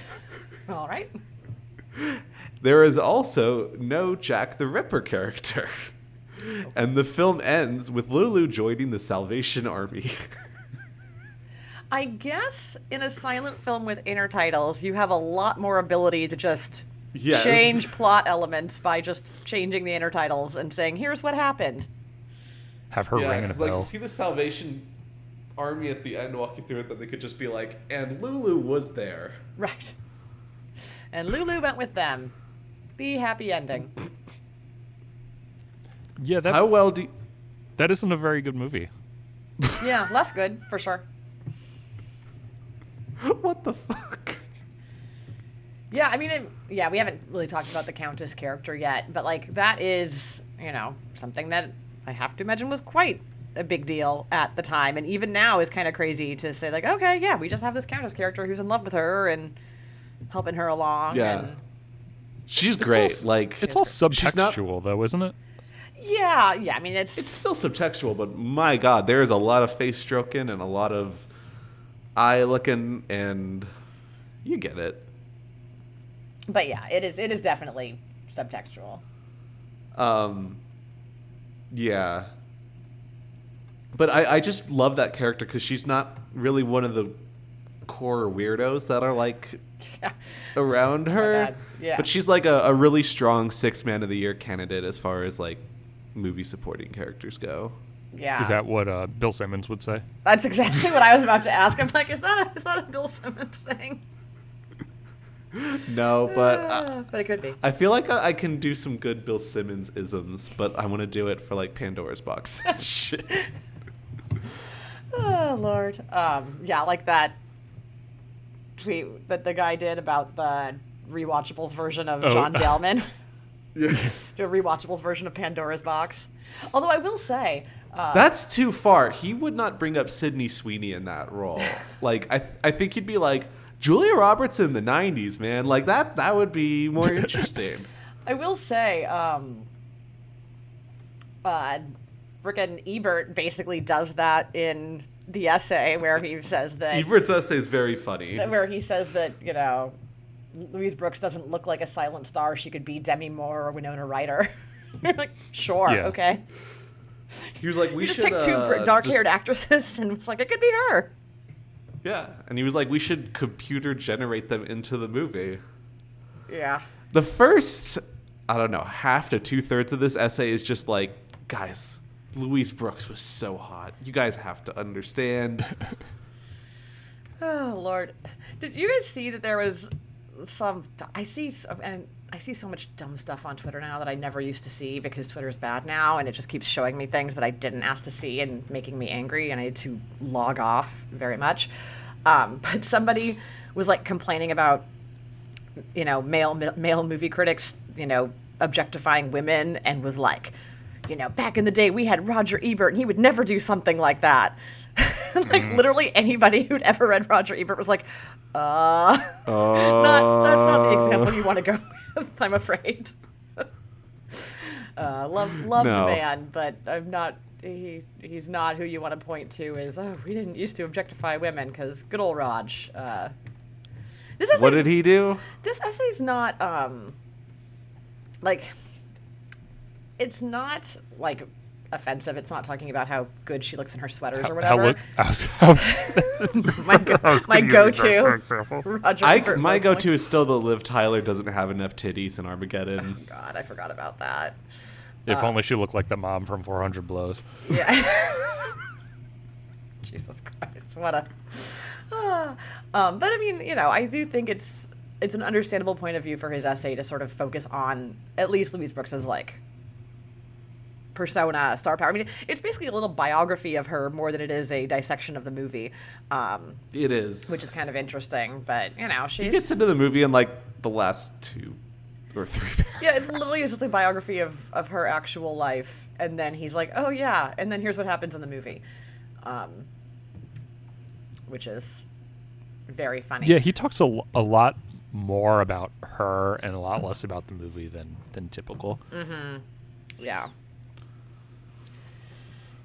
Speaker 2: All right.
Speaker 3: There is also no Jack the Ripper character. And the film ends with Lulu joining the Salvation Army.
Speaker 2: I guess in a silent film with inner titles, you have a lot more ability to just
Speaker 3: Yes.
Speaker 2: change plot elements by just changing the inner titles and saying, "Here's what happened."
Speaker 1: Have her ringing a
Speaker 3: 'cause, like you
Speaker 1: bell.
Speaker 3: see the Salvation Army at the end walking through it, then they could just be like, and Lulu was there.
Speaker 2: Right. And Lulu went with them. The happy ending.
Speaker 1: yeah, that
Speaker 3: How well do? You,
Speaker 1: that isn't a very good movie.
Speaker 2: Yeah, less good for sure.
Speaker 3: what the fuck?
Speaker 2: Yeah, I mean, it, yeah, we haven't really talked about the Countess character yet, but like that is, you know, something that I have to imagine was quite a big deal at the time, and even now is kind of crazy to say like, okay, yeah, we just have this Countess character who's in love with her and helping her along.
Speaker 3: Yeah.
Speaker 2: and-
Speaker 3: She's
Speaker 1: It's
Speaker 3: great.
Speaker 1: all s-
Speaker 3: like
Speaker 1: it's all
Speaker 3: She's not-
Speaker 1: subtextual, though, isn't it?
Speaker 2: yeah, yeah. I mean, it's,
Speaker 3: it's still subtextual, but my god, there is a lot of face stroking and a lot of eye looking, and you get it.
Speaker 2: but yeah, it is, it is definitely subtextual.
Speaker 3: Um, yeah. But I, I just love that character because she's not really one of the core weirdos that are like
Speaker 2: Yeah.
Speaker 3: around her.
Speaker 2: bad. Yeah.
Speaker 3: But she's like a, a really strong six man of the year candidate as far as like movie supporting characters go.
Speaker 2: Yeah.
Speaker 3: Ah.
Speaker 1: Is that what uh, Bill Simmons would say?
Speaker 2: That's exactly what I was about to ask. I'm like, is that a, is that a Bill Simmons thing?
Speaker 3: No, but I,
Speaker 2: Uh, but it could be.
Speaker 3: I feel like I, I can do some good Bill Simmons isms, but I want to do it for like Pandora's box. Shit.
Speaker 2: Oh Lord. Um, yeah, like that tweet that the guy did about the rewatchables version of
Speaker 1: Oh.
Speaker 2: John Gelman.
Speaker 3: Yeah.
Speaker 2: Do a rewatchables version of Pandora's Box. Although I will say, uh,
Speaker 3: That's too far. He would not bring up Sidney Sweeney in that role. Like I, th- I think he'd be like Julia Roberts in the '90s, man. Like that, that would be more interesting.
Speaker 2: I will say, um, uh, frickin' Ebert basically does that in the essay where he says that
Speaker 3: Ebert's essay is very funny.
Speaker 2: where he says that you know Louise Brooks doesn't look like a silent star. She could be Demi Moore or Winona Ryder. like, sure,
Speaker 1: Yeah.
Speaker 2: okay.
Speaker 3: He was like, "We
Speaker 2: We just
Speaker 3: should
Speaker 2: picked two
Speaker 3: uh,
Speaker 2: dark-haired
Speaker 3: just-
Speaker 2: actresses, and it's like it could be her.
Speaker 3: Yeah, and he was like, "We should computer generate them into the movie."
Speaker 2: Yeah.
Speaker 3: The first, I don't know, half to two thirds of this essay is just like, guys, Louise Brooks was so hot. You guys have to understand.
Speaker 2: Oh Lord, did you guys see that there was some? I see so- and I see so much dumb stuff on Twitter now that I never used to see because Twitter's bad now, and it just keeps showing me things that I didn't ask to see and making me angry, and I had to log off very much. Um, but somebody was like complaining about you know, male male movie critics, you know, objectifying women and was like, you know, back in the day we had Roger Ebert and he would never do something like that. like
Speaker 3: Mm.
Speaker 2: literally anybody who'd ever read Roger Ebert was like, uh, not, that's not the example you want to go with. I'm afraid. uh, love love
Speaker 3: No.
Speaker 2: the man, but I'm not. He he's not who you want to point to as oh we didn't used to objectify women because good old Raj. Uh, this is
Speaker 3: What did he do?
Speaker 2: this essay's not um like it's not like offensive it's not talking about how good she looks in her sweaters or
Speaker 1: How
Speaker 2: whatever
Speaker 1: would I was, I was,
Speaker 2: my, go-
Speaker 1: I was
Speaker 2: my
Speaker 1: gonna use that
Speaker 2: go-to
Speaker 1: for example.
Speaker 2: Roger
Speaker 3: I,
Speaker 2: Ebert
Speaker 3: my
Speaker 2: book.
Speaker 3: go to is still the live Tyler doesn't have enough titties in Armageddon.
Speaker 2: Oh god i forgot about that Uh, Ah.
Speaker 1: If only she looked like the mom from 400 Blows.
Speaker 2: yeah jesus christ what a Ah. um, but i mean you know i do think it's it's an understandable point of view for his essay to sort of focus on at least louise brooks's like persona, star power. I mean, it's basically a little biography of her more than it is a dissection of the movie, um,
Speaker 3: It is.
Speaker 2: which is kind of interesting. But you know,
Speaker 3: he
Speaker 2: she's
Speaker 3: gets into the movie in like the last two or three paragraphs.
Speaker 2: yeah, it's literally just a biography of of her actual life, and then he's like, oh yeah, and then here's what happens in the movie, um, which is very funny.
Speaker 1: Yeah, he talks a, l- a lot more about her and a lot less about the movie than than typical.
Speaker 2: Mm. Yeah.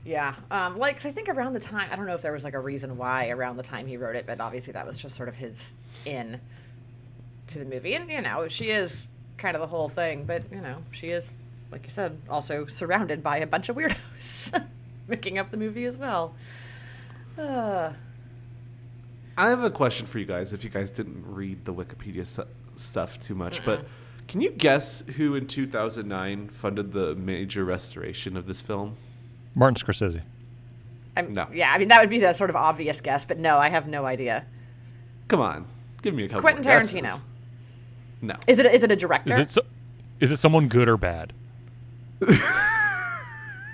Speaker 2: Yeah. Um, like, 'cause I think around the time, I don't know if there was like a reason why around the time he wrote it, but obviously that was just sort of his in to the movie. And, you know, she is kind of the whole thing, but, you know, she is, like you said, also surrounded by a bunch of weirdos making up the movie as well. Uh,
Speaker 3: I have a question for you guys. If you guys didn't read the Wikipedia su- stuff too much, but can you guess who in 2009 funded the major restoration of this film?
Speaker 1: Martin Scorsese.
Speaker 2: I'm,
Speaker 3: No.
Speaker 2: Yeah, I mean, that would be the sort of obvious guess, but no, I have no idea.
Speaker 3: Come on, give me a couple.
Speaker 2: Quentin
Speaker 3: more guesses.
Speaker 2: Tarantino.
Speaker 3: No.
Speaker 2: Is it, is it a director?
Speaker 1: Is it so, is it someone good or bad?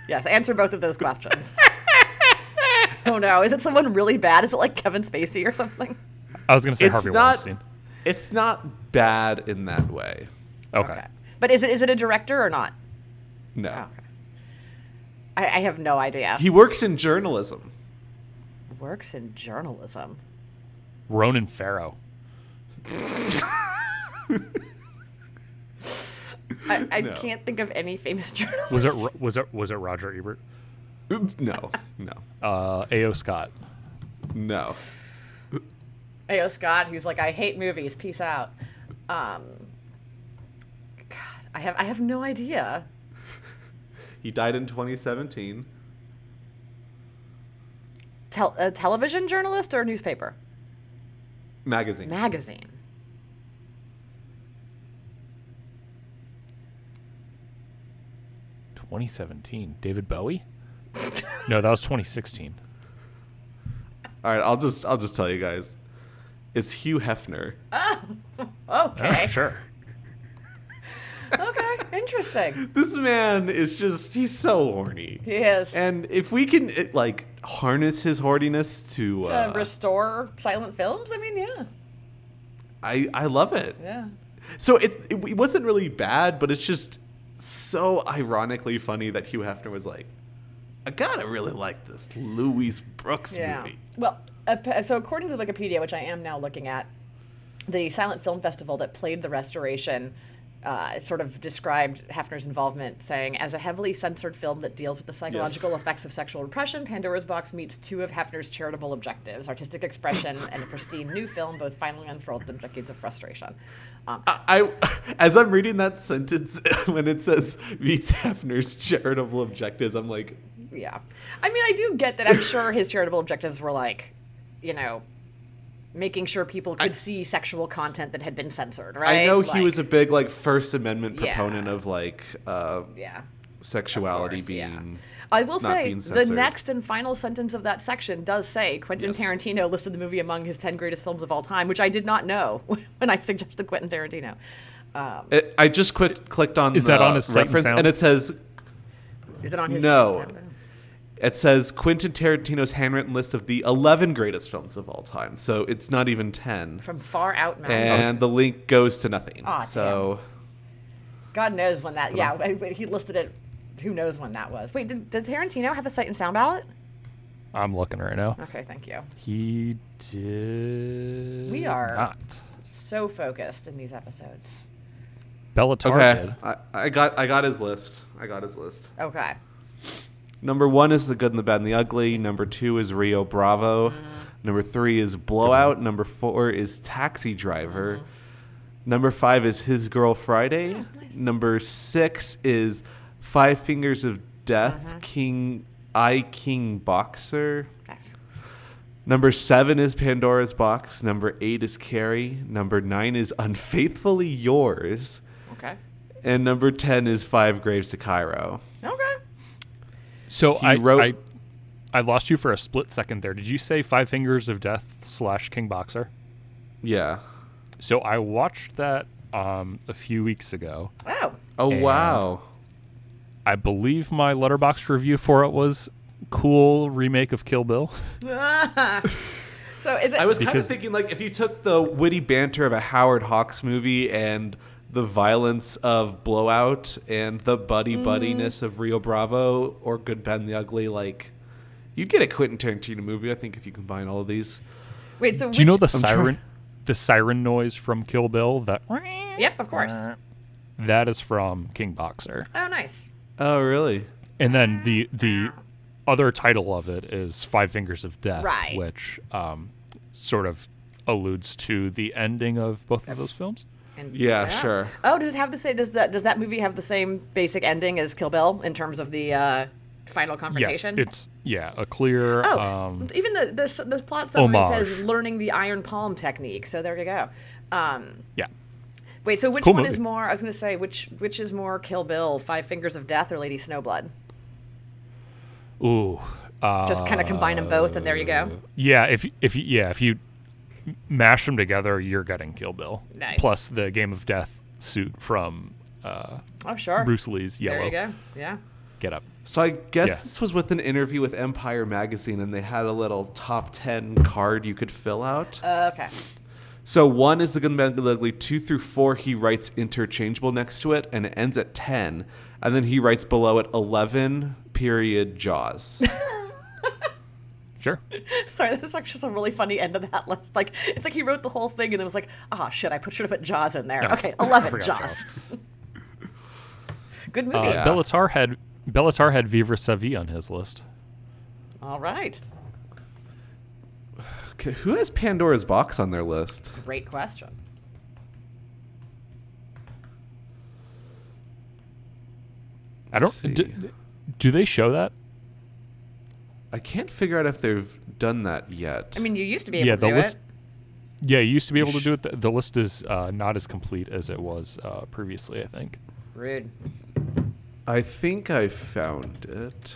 Speaker 2: Yes, answer both of those questions. oh no, is it someone really bad? Is it like Kevin Spacey or something?
Speaker 1: I was going to say
Speaker 3: It's
Speaker 1: Harvey
Speaker 3: not.
Speaker 1: Weinstein.
Speaker 3: It's not bad in that way.
Speaker 1: Okay. Oh.
Speaker 2: But is it is it a director or not?
Speaker 3: No.
Speaker 2: Oh, Okay. I, I have no idea.
Speaker 3: He works in journalism.
Speaker 2: works in journalism.
Speaker 1: Ronan Farrow.
Speaker 2: I, I
Speaker 3: No.
Speaker 2: can't think of any famous journalist.
Speaker 1: Was it Ro- was it was it Roger Ebert?
Speaker 3: No. No.
Speaker 1: Uh, A.O. Scott.
Speaker 3: No.
Speaker 2: A.O. Scott, who's like, I hate movies. Peace out. Um, God, I have I have no idea.
Speaker 3: He died in 2017.
Speaker 2: Tel- a television journalist or newspaper
Speaker 3: Magazine.
Speaker 2: magazine.
Speaker 1: Twenty seventeen. David Bowie? no, that was twenty sixteen.
Speaker 3: All right, I'll just I'll just tell you guys. It's Hugh Hefner.
Speaker 2: Okay.
Speaker 1: Oh, Ah, sure.
Speaker 2: okay. Interesting.
Speaker 3: This man is just he's so horny.
Speaker 2: He is.
Speaker 3: And if we can it, like harness his horniness to,
Speaker 2: to
Speaker 3: uh,
Speaker 2: restore silent films. I mean, yeah,
Speaker 3: I I love it.
Speaker 2: yeah.
Speaker 3: So it, it it wasn't really bad, but it's just so ironically funny that Hugh Hefner was like, I gotta really like this Louise Brooks
Speaker 2: Yeah.
Speaker 3: movie.
Speaker 2: Well, ap- so according to Wikipedia, which I am now looking at, the silent film festival that played the restoration uh, sort of described Hefner's involvement, saying, as a heavily censored film that deals with the psychological effects of sexual repression, Pandora's Box meets two of Hefner's charitable objectives artistic expression and a pristine new film, both finally unfurled from decades of frustration. Um,
Speaker 3: I, as I'm reading that sentence, when it says meets Hefner's charitable objectives, I'm like,
Speaker 2: Yeah. I mean, I do get that. I'm sure his charitable objectives were like, you know, making sure people could see sexual content that had been censored, right?
Speaker 3: I know he
Speaker 2: Like,
Speaker 3: was a big like First Amendment
Speaker 2: Yeah.
Speaker 3: proponent of like uh,
Speaker 2: Yeah.
Speaker 3: sexuality
Speaker 2: course, yeah.
Speaker 3: being.
Speaker 2: I will
Speaker 3: not
Speaker 2: say
Speaker 3: being
Speaker 2: the
Speaker 3: censored.
Speaker 2: next and final sentence of that section does say Quentin
Speaker 3: Yes.
Speaker 2: Tarantino listed the movie among his 10 greatest films of all time, which I did not know when I suggested Quentin Tarantino. Um,
Speaker 3: It- Eh, I just quick, clicked on
Speaker 1: Is
Speaker 3: the
Speaker 1: that on his sight and
Speaker 3: reference, and,
Speaker 1: sound?
Speaker 3: it says
Speaker 2: is it on his
Speaker 3: No. it says Quentin Tarantino's handwritten list of the eleven greatest films of all time. So it's not even ten,
Speaker 2: From Far Out Oh, Mountain.
Speaker 3: and the link goes to nothing.
Speaker 2: Aw,
Speaker 3: so
Speaker 2: God knows when that. Yeah, I- I- he listed it. Who knows when that was? Wait, did, did Tarantino have a sight and sound ballot?
Speaker 1: I'm looking right now.
Speaker 2: Okay, thank you.
Speaker 1: He did.
Speaker 2: We are-
Speaker 1: not.
Speaker 2: so focused in these episodes.
Speaker 1: Bellatar
Speaker 3: Okay,
Speaker 1: did.
Speaker 3: I, I got I got his list. I got his list.
Speaker 2: Okay.
Speaker 3: Number one is The Good and the Bad and the Ugly. Number two is Rio Bravo. Number three is Blowout. Number four is Taxi Driver. Number five is His Girl Friday. Number six is Five Fingers of Death, King I King Boxer.
Speaker 2: okay.
Speaker 3: Number seven is Pandora's Box. Number eight is Carrie. Number nine is Unfaithfully Yours.
Speaker 2: Okay.
Speaker 3: And number 10 is Five Graves to Cairo.
Speaker 2: Okay.
Speaker 1: So I,
Speaker 3: wrote-
Speaker 1: I I lost you for a split second there. Did you say Five Fingers of Death slash King Boxer?
Speaker 3: Yeah.
Speaker 1: So I watched that um, a few weeks ago.
Speaker 2: Oh.
Speaker 3: Oh,
Speaker 1: And-
Speaker 3: wow.
Speaker 1: I believe my letterbox review for it was cool remake of Kill Bill.
Speaker 2: so is it?
Speaker 3: I was kind of
Speaker 1: Because-
Speaker 3: thinking, like, if you took the witty banter of a Howard Hawks movie and the violence of Blowout and the buddy buddiness of Rio Bravo or Good Ben the Ugly, like, you'd get a Quentin Tarantino movie, I think, if you combine all of these.
Speaker 2: wait. So
Speaker 1: Do you know
Speaker 2: which-
Speaker 1: the
Speaker 3: trying-
Speaker 1: siren the siren noise from Kill Bill that
Speaker 2: Yep. Of course.
Speaker 1: that is from King Boxer.
Speaker 2: Oh, nice.
Speaker 3: Oh, really?
Speaker 1: And then the the other title of it is Five Fingers of Death,
Speaker 2: Right.
Speaker 1: which um, sort of alludes to the ending of both of those films.
Speaker 2: And
Speaker 3: Yeah, sure.
Speaker 2: Oh, does it have the same? Does that does that movie have the same basic ending as Kill Bill in terms of the uh, final
Speaker 1: Yes,
Speaker 2: confrontation?
Speaker 1: it's yeah, a clear
Speaker 2: Oh,
Speaker 1: um,
Speaker 2: even the, the s- the plot summary
Speaker 1: homage.
Speaker 2: says learning the iron palm technique. So there you go. Um,
Speaker 1: yeah.
Speaker 2: wait, so which
Speaker 1: Cool
Speaker 2: one is
Speaker 1: movie.
Speaker 2: more? I was going to say which which is more Kill Bill, Five Fingers of Death, or Lady Snowblood?
Speaker 1: Ooh. Uh,
Speaker 2: Just kind of combine them both, and there you go.
Speaker 1: Yeah, if if you yeah if you m- mash them together, you're getting Kill Bill.
Speaker 2: Nice.
Speaker 1: Plus the Game of Death suit from uh,
Speaker 2: Oh, sure.
Speaker 1: Bruce Lee's Yellow.
Speaker 2: There you go. Yeah.
Speaker 1: Get up.
Speaker 3: So I guess
Speaker 1: Yeah.
Speaker 3: this was with an interview with Empire Magazine, and they had a little top 10 card you could fill out.
Speaker 2: Uh, okay.
Speaker 3: So one is the Good Man the Ugly. Two through four, he writes interchangeable next to it, and it ends at ten. And then he writes below it eleven period Jaws.
Speaker 1: Sure. Uh,
Speaker 2: Sorry, that's actually a really funny end of that list. Like, it's like he wrote the whole thing and then was like, ah, shit, I put, should have put Jaws in there.
Speaker 1: Yeah.
Speaker 2: Okay, 11
Speaker 1: Forgot
Speaker 2: Jaws.
Speaker 1: Jaws.
Speaker 2: Good movie.
Speaker 1: Uh,
Speaker 3: Yeah.
Speaker 1: Bellatar had Bellatar had Vivre Sa Vie on his list.
Speaker 2: All right.
Speaker 3: okay, who has Pandora's box on their list?
Speaker 2: Great question.
Speaker 1: I don't.
Speaker 3: see.
Speaker 1: Do, do they show that?
Speaker 3: I can't figure out if they've done that yet.
Speaker 2: I mean, you used to be able
Speaker 1: yeah,
Speaker 2: to
Speaker 1: the
Speaker 2: do
Speaker 1: list.
Speaker 2: it.
Speaker 1: Yeah, you used to be able to
Speaker 3: sh-
Speaker 1: do it. The, the list is uh, not as complete as it was uh, previously. I think.
Speaker 2: Rude.
Speaker 3: I think I found it.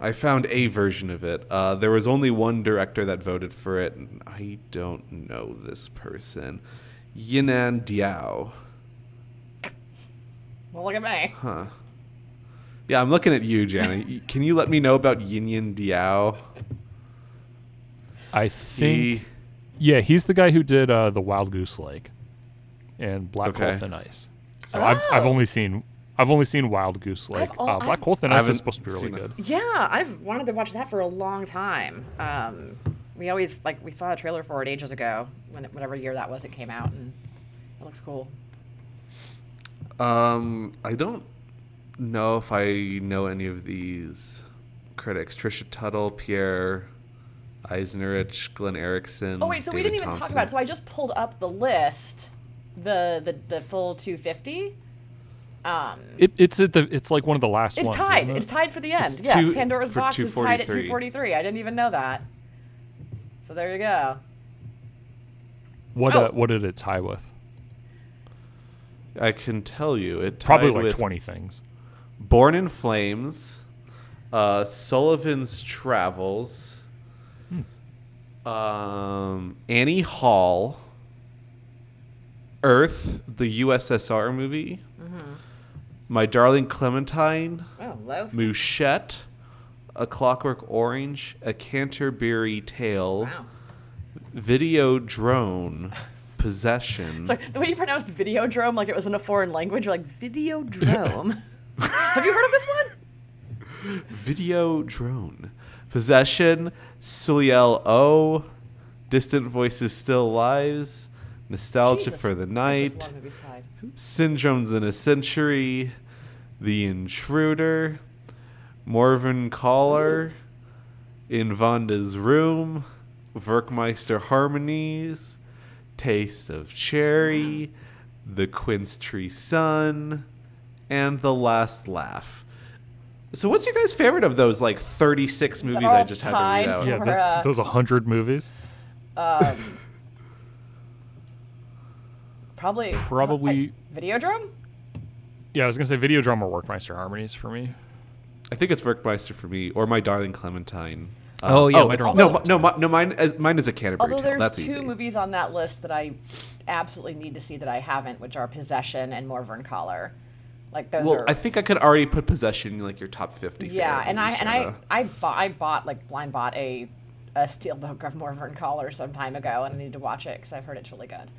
Speaker 3: I found a version of it. Uh, there was only one director that voted for it, and I don't know this person. Yinan Diao.
Speaker 2: Well, look at me.
Speaker 3: Yeah, I'm looking at you, Jana. Y- Can you let me know about Yin Yin Diao?
Speaker 1: I think.
Speaker 3: He-
Speaker 1: Yeah, he's the guy who did uh, the Wild Goose Lake and Black
Speaker 3: Okay.
Speaker 1: Hole Thin Ice. So I've I've
Speaker 2: Oh.
Speaker 1: only seen I've only seen Wild Goose Lake.
Speaker 2: all-
Speaker 1: uh, Black
Speaker 2: I've-
Speaker 1: Hole Thin
Speaker 3: I
Speaker 1: Ice
Speaker 3: haven't
Speaker 1: is supposed to be really
Speaker 3: seen it.
Speaker 1: good.
Speaker 2: Yeah, I've wanted to watch that for a long time. Um, we always, like, we saw a trailer for it ages ago, when, whatever year that was it came out, and it looks cool.
Speaker 3: Um, I don't know if I know any of these critics: Trisha Tuttle, Pierre Eisenrich, Glenn Erickson.
Speaker 2: Oh wait, so we
Speaker 3: Mm, David
Speaker 2: didn't even talk
Speaker 3: Thompson.
Speaker 2: about. It. So I just pulled up the list, the the, the full 250. Um,
Speaker 1: It, it's at the it's like one of the last
Speaker 2: it's
Speaker 1: ones.
Speaker 2: tied.
Speaker 1: isn't
Speaker 2: It's
Speaker 1: it?
Speaker 2: tied for the end.
Speaker 3: It's
Speaker 2: yeah,
Speaker 3: two-
Speaker 2: Pandora's
Speaker 3: for
Speaker 2: box is tied at
Speaker 3: 243.
Speaker 2: 243. I didn't even know that. So there you go.
Speaker 1: What
Speaker 2: Oh.
Speaker 1: uh, what did it tie with?
Speaker 3: I can tell you, it
Speaker 1: Probably
Speaker 3: tied
Speaker 1: like
Speaker 3: with
Speaker 1: twenty things.
Speaker 3: Born in Flames, uh, Sullivan's Travels, um, Annie Hall, Earth, the USSR movie, My Darling Clementine,
Speaker 2: Oh, low.
Speaker 3: Mouchette, A Clockwork Orange, A Canterbury Tale,
Speaker 2: Wow.
Speaker 3: Video Drone, Possession.
Speaker 2: So the way you pronounced videodrome like it was in a foreign language, you're like videodrome. Have you heard of this one?
Speaker 3: Video drone. Possession, Suliel O, Distant Voices Still Lives, Nostalgia
Speaker 2: Jesus.
Speaker 3: for the
Speaker 2: There's
Speaker 3: Night,
Speaker 2: one movie's tied.
Speaker 3: Syndromes in a Century, The Intruder, Morven Caller, In Vonda's Room, Werkmeister Harmonies, Taste of Cherry, The Quince Tree Sun, and The Last Laugh. So, what's your guys' favorite of those like 36 movies I
Speaker 2: all
Speaker 3: just had to read
Speaker 2: tied
Speaker 3: out?
Speaker 1: Yeah,
Speaker 2: Or,
Speaker 1: those,
Speaker 2: uh,
Speaker 1: those 100 movies.
Speaker 2: Probably.
Speaker 1: Probably-
Speaker 2: I, Videodrome?
Speaker 1: Yeah, I was going to say Video Drum or Workmeister Harmonies for me.
Speaker 3: I think it's Werkmeister for me, or My Darling Clementine. Uh,
Speaker 1: Oh, yeah, My
Speaker 3: it's-
Speaker 1: Darling
Speaker 3: no, mi-
Speaker 1: Clementine.
Speaker 3: no, mi- no. Mine, is, mine is a Canterbury
Speaker 2: Although
Speaker 3: Tale.
Speaker 2: there's
Speaker 3: That's
Speaker 2: two
Speaker 3: easy.
Speaker 2: movies on that list that I absolutely need to see that I haven't, which are Possession and Morvern Collar. Like those
Speaker 3: Well,
Speaker 2: are.
Speaker 3: I think I could already put Possession in like your top fifty.
Speaker 2: yeah,
Speaker 3: favorite
Speaker 2: and I
Speaker 3: movies,
Speaker 2: and I
Speaker 3: Jonah.
Speaker 2: I bought I bought like blind bought a a steelbook of Morvern Collar some time ago, and I need to watch it because I've heard it's really good.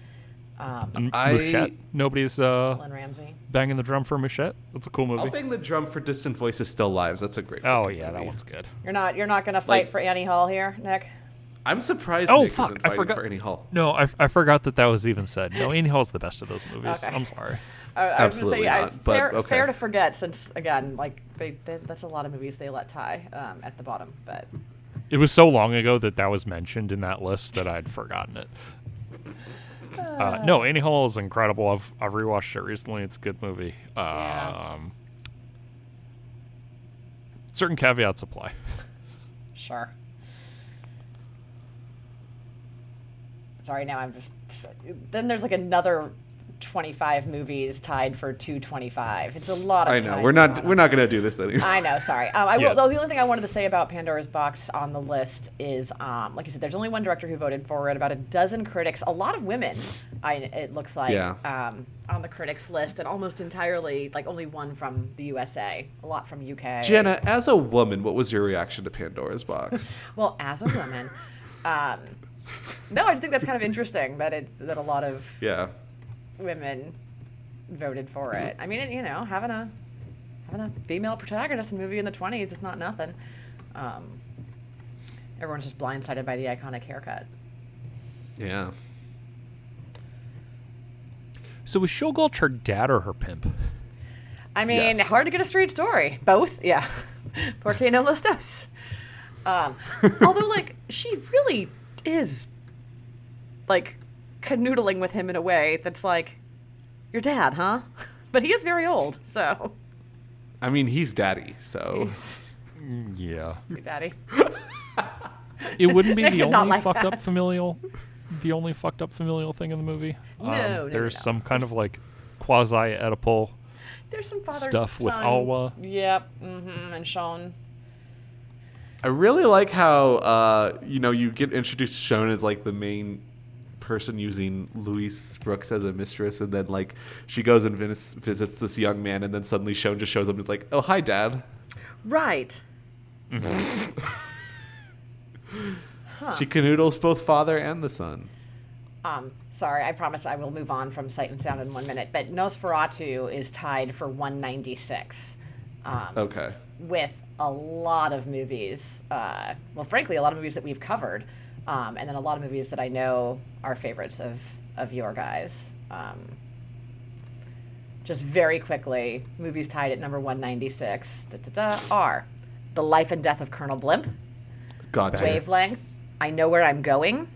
Speaker 2: Um,
Speaker 1: M-
Speaker 3: I-
Speaker 1: Mouchette. Nobody's uh,
Speaker 2: Lynn Ramsey.
Speaker 1: banging the drum for Machette. That's a cool
Speaker 3: I'll
Speaker 1: movie.
Speaker 3: bang the drum for Distant Voices Still Lives. That's a great.
Speaker 1: Oh,
Speaker 3: fucking
Speaker 1: yeah, that
Speaker 3: movie.
Speaker 1: one's good.
Speaker 2: You're not you're not gonna fight
Speaker 3: Like-
Speaker 2: for Annie Hall here, Nick.
Speaker 3: I'm surprised.
Speaker 1: Oh,
Speaker 3: Nick
Speaker 1: fuck,
Speaker 3: Isn't
Speaker 1: I
Speaker 3: fighting
Speaker 1: forgot-
Speaker 3: For any Hall.
Speaker 1: No, I, f- I forgot that that was even said. No, Annie Hall's the best of those movies.
Speaker 2: Okay.
Speaker 1: I'm sorry.
Speaker 2: I, I was gonna
Speaker 3: Absolutely
Speaker 2: say, yeah,
Speaker 3: not, but
Speaker 2: fair,
Speaker 3: okay.
Speaker 2: fair to forget since again, like they, they, that's a lot of movies they let tie um, at the bottom, but
Speaker 1: It was so long ago that that was mentioned in that list that I'd forgotten it. Uh, no, Annie Hall is incredible. I've I've rewatched it recently. It's a good movie. Um,
Speaker 2: Yeah.
Speaker 1: Certain caveats apply.
Speaker 2: sure. Sorry, now I'm just. Then there's like another 25 movies tied for 225. It's a lot of.
Speaker 3: I know.
Speaker 2: ties
Speaker 3: We're
Speaker 2: going
Speaker 3: not.
Speaker 2: on.
Speaker 3: We're not gonna do this anymore.
Speaker 2: I know. Sorry. Um, I
Speaker 1: Yeah.
Speaker 2: will. Though the only thing I wanted to say about Pandora's Box on the list is, um, like you said, there's only one director who voted for it. About a dozen critics, a lot of women. I, it looks like
Speaker 3: Yeah.
Speaker 2: um, on the critics list, and almost entirely, like only one from the USA, a lot from UK.
Speaker 3: Jenna, as a woman, what was your reaction to Pandora's Box?
Speaker 2: Well, as a woman, um, no, I just think that's kind of interesting that it's that a lot of
Speaker 3: yeah.
Speaker 2: women voted for it. I mean, and, you know, having a having a female protagonist in a movie in the twenties is not nothing. Um, everyone's just blindsided by the iconic haircut.
Speaker 3: Yeah.
Speaker 1: So was Shogulch her dad or her pimp?
Speaker 2: I mean,
Speaker 3: Yes.
Speaker 2: hard to get a straight story. Both, yeah. Porque no los dos. Um, although, like, she really is like canoodling with him in a way that's like, your dad, huh? But he is very old, so.
Speaker 3: I mean, he's daddy, so
Speaker 1: Yeah,
Speaker 2: Hey, Daddy.
Speaker 1: it wouldn't be
Speaker 2: Nick
Speaker 1: the
Speaker 2: did not
Speaker 1: only
Speaker 2: like
Speaker 1: fucked up
Speaker 2: that.
Speaker 1: familial, the only fucked up familial thing in the movie.
Speaker 2: No, no, no,
Speaker 1: Um, there's
Speaker 2: no.
Speaker 1: some kind of like quasi Oedipal.
Speaker 2: There's some father
Speaker 1: Stuff with
Speaker 2: son-
Speaker 1: Alwa.
Speaker 2: Yep, mm-hmm, and Sean.
Speaker 3: I really like how uh, you know you get introduced to Shona as like the main person using Louise Brooks as a mistress, and then like she goes and vis- visits this young man, and then suddenly Shona just shows up and is like, "Oh, hi, Dad."
Speaker 2: Right.
Speaker 3: She canoodles both father and the son.
Speaker 2: Um, sorry, I promise I will move on from Sight and Sound in one minute. But Nosferatu is tied for 196. Um,
Speaker 3: Okay.
Speaker 2: with a lot of movies. Uh, well, frankly, a lot of movies that we've covered, um, and then a lot of movies that I know are favorites of of your guys. Um, just very quickly, movies tied at number one ninety six da, da, da, are the Life and Death of Colonel Blimp,
Speaker 3: God damn.
Speaker 2: Wavelength, I Know Where I'm Going,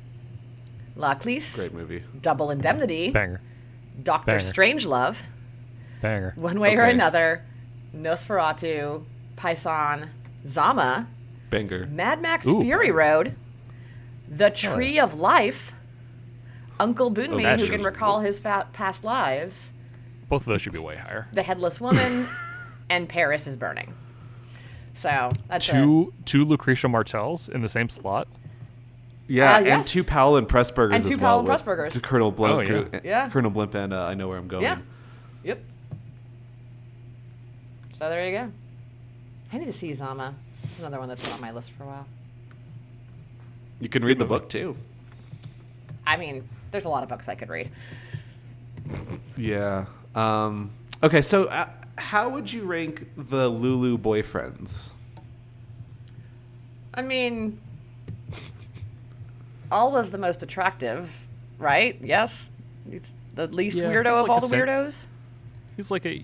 Speaker 2: La Cleese,
Speaker 3: Great movie.
Speaker 2: Double Indemnity,
Speaker 1: Banger,
Speaker 2: Doctor
Speaker 1: banger.
Speaker 2: Strangelove,
Speaker 1: banger.
Speaker 2: One Way or
Speaker 3: Okay.
Speaker 2: Another, Nosferatu, Paisan, Zama.
Speaker 3: Banger.
Speaker 2: Mad Max
Speaker 1: Ooh.
Speaker 2: Fury Road, The Tree of Life, Uncle Boonmi,
Speaker 1: Oh, that
Speaker 2: who
Speaker 1: should
Speaker 2: can
Speaker 1: be
Speaker 2: recall his fa- past lives,
Speaker 1: Both of those should be way higher.
Speaker 2: The Headless Woman, and Paris is Burning. So that's it.
Speaker 1: two two Lucretia Martels in the same slot.
Speaker 3: Yeah,
Speaker 2: Uh,
Speaker 3: and
Speaker 2: yes.
Speaker 3: two Powell and Pressburgers
Speaker 2: And two
Speaker 3: as
Speaker 2: Powell
Speaker 3: well.
Speaker 2: and
Speaker 3: with-
Speaker 2: Pressburgers.
Speaker 3: To Colonel Blimp.
Speaker 1: Oh,
Speaker 3: Gr-
Speaker 2: yeah. Yeah.
Speaker 3: Colonel Blimp and uh, I Know Where I'm Going.
Speaker 2: Yeah. Yep. So there you go. I need to see Zama. It's another one that's been on my list for a while.
Speaker 3: You can read the book too.
Speaker 2: I mean, there's a lot of books I could read.
Speaker 3: Yeah. Um, okay, so uh, how would you rank the Lulu boyfriends?
Speaker 2: I mean, Alwa's the most attractive, right? Yes. It's the least
Speaker 1: Yeah,
Speaker 2: weirdo
Speaker 1: it's
Speaker 2: of
Speaker 1: like
Speaker 2: all
Speaker 1: a
Speaker 2: the
Speaker 1: sen-
Speaker 2: weirdos.
Speaker 1: He's like a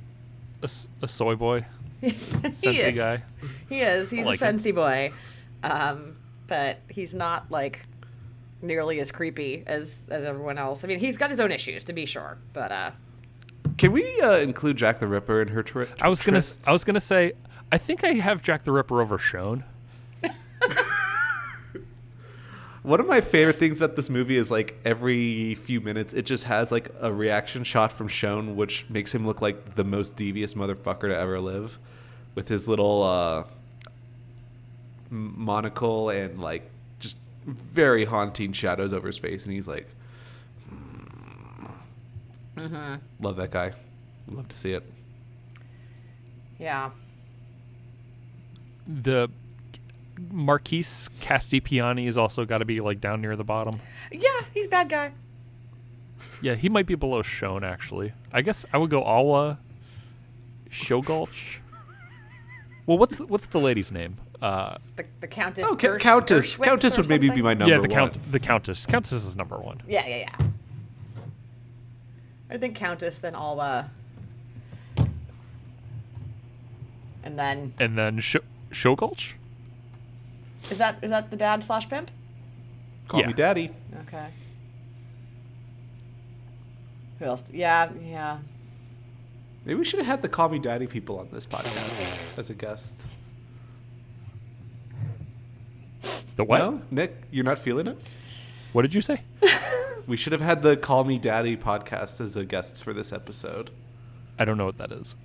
Speaker 1: a, s- a soy boy.
Speaker 2: he
Speaker 1: Sensei
Speaker 2: is.
Speaker 1: guy.
Speaker 2: He is. He's
Speaker 1: like
Speaker 2: a
Speaker 1: him.
Speaker 2: sensei boy, um, but he's not like nearly as creepy as as everyone else. I mean, he's got his own issues to be sure, but uh,
Speaker 3: Can we uh, include Jack the Ripper in her tri-
Speaker 1: I was gonna s-
Speaker 3: trysts?
Speaker 1: I was gonna say I think I have Jack the Ripper over Shone.
Speaker 3: One of my favorite things about this movie is like every few minutes it just has like a reaction shot from Shone, which makes him look like the most devious motherfucker to ever live, with his little uh, m- monocle and like just very haunting shadows over his face, and he's like,
Speaker 2: Mm-hmm.
Speaker 3: love that guy, love to see it.
Speaker 2: yeah,
Speaker 1: The Marquise Castigliani has also got to be like down near the bottom.
Speaker 2: yeah, he's a bad guy.
Speaker 1: Yeah, he might be below Shone actually. I guess I would go Awa Shogulch. well, what's what's the lady's name? Uh,
Speaker 2: The, the countess.
Speaker 3: Oh, Ca-
Speaker 2: Dersh-
Speaker 3: Countess,
Speaker 2: Dershowitz
Speaker 3: Countess
Speaker 2: or
Speaker 3: would maybe be
Speaker 2: something?
Speaker 3: my number
Speaker 1: yeah, the
Speaker 3: one.
Speaker 1: count the Countess. Countess is number one.
Speaker 2: Yeah, yeah, yeah. I think countess, then Alba, and then
Speaker 1: And then Sh- Shogulch.
Speaker 2: is that is that the dad slash pimp?
Speaker 3: Call
Speaker 1: Yeah.
Speaker 3: me daddy.
Speaker 2: Okay. Who else? Yeah, yeah.
Speaker 3: Maybe we should have had the Call Me Daddy people on this podcast as a guest.
Speaker 1: The what?
Speaker 3: No, Nick, you're not feeling it.
Speaker 1: What did you say?
Speaker 3: We should have had the Call Me Daddy podcast as a guest for this episode.
Speaker 1: I don't know what that is.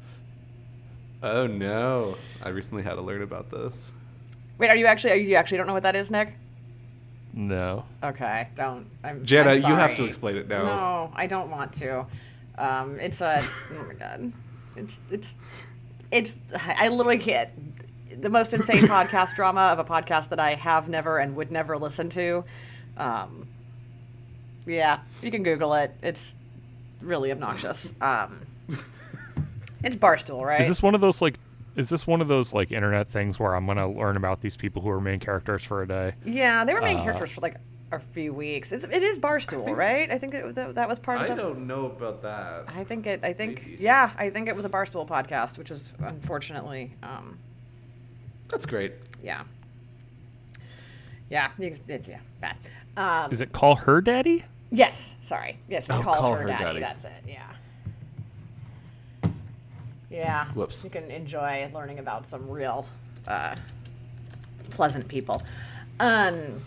Speaker 3: Oh no! I recently had to learn about this.
Speaker 2: Wait, are you actually? Are you you actually don't know what that is, Nick?
Speaker 1: No.
Speaker 2: Okay, don't. I'm.
Speaker 3: Jana,
Speaker 2: I'm
Speaker 3: you have
Speaker 2: sorry.
Speaker 3: to explain it now.
Speaker 2: No, I don't want to. Um, it's a. oh my god, it's it's it's. I literally can't. The most insane podcast drama of a podcast that I have never and would never listen to. Um, yeah, you can Google it. It's really obnoxious. Um, it's barstool, right?
Speaker 1: Is this one of those like? Is this one of those like internet things where I'm gonna learn about these people who are main characters for a day?
Speaker 2: Yeah, they were main
Speaker 1: Uh,
Speaker 2: characters for like a few weeks. It's, it is Barstool, right? I think it, that, that was part of the.
Speaker 3: know about that.
Speaker 2: I think it. I think
Speaker 3: Maybe.
Speaker 2: yeah. I think it was a Barstool podcast, which is unfortunately, um,
Speaker 3: That's great.
Speaker 2: yeah, yeah. you- It's yeah bad. Um,
Speaker 1: Is it call her daddy?
Speaker 2: yes, sorry. Yes, it's
Speaker 3: Oh,
Speaker 2: called
Speaker 3: Call
Speaker 2: her,
Speaker 3: Her
Speaker 2: daddy.
Speaker 3: Daddy.
Speaker 2: That's it. Yeah. Yeah.
Speaker 3: Whoops.
Speaker 2: You can enjoy learning about some real uh, pleasant people. Um,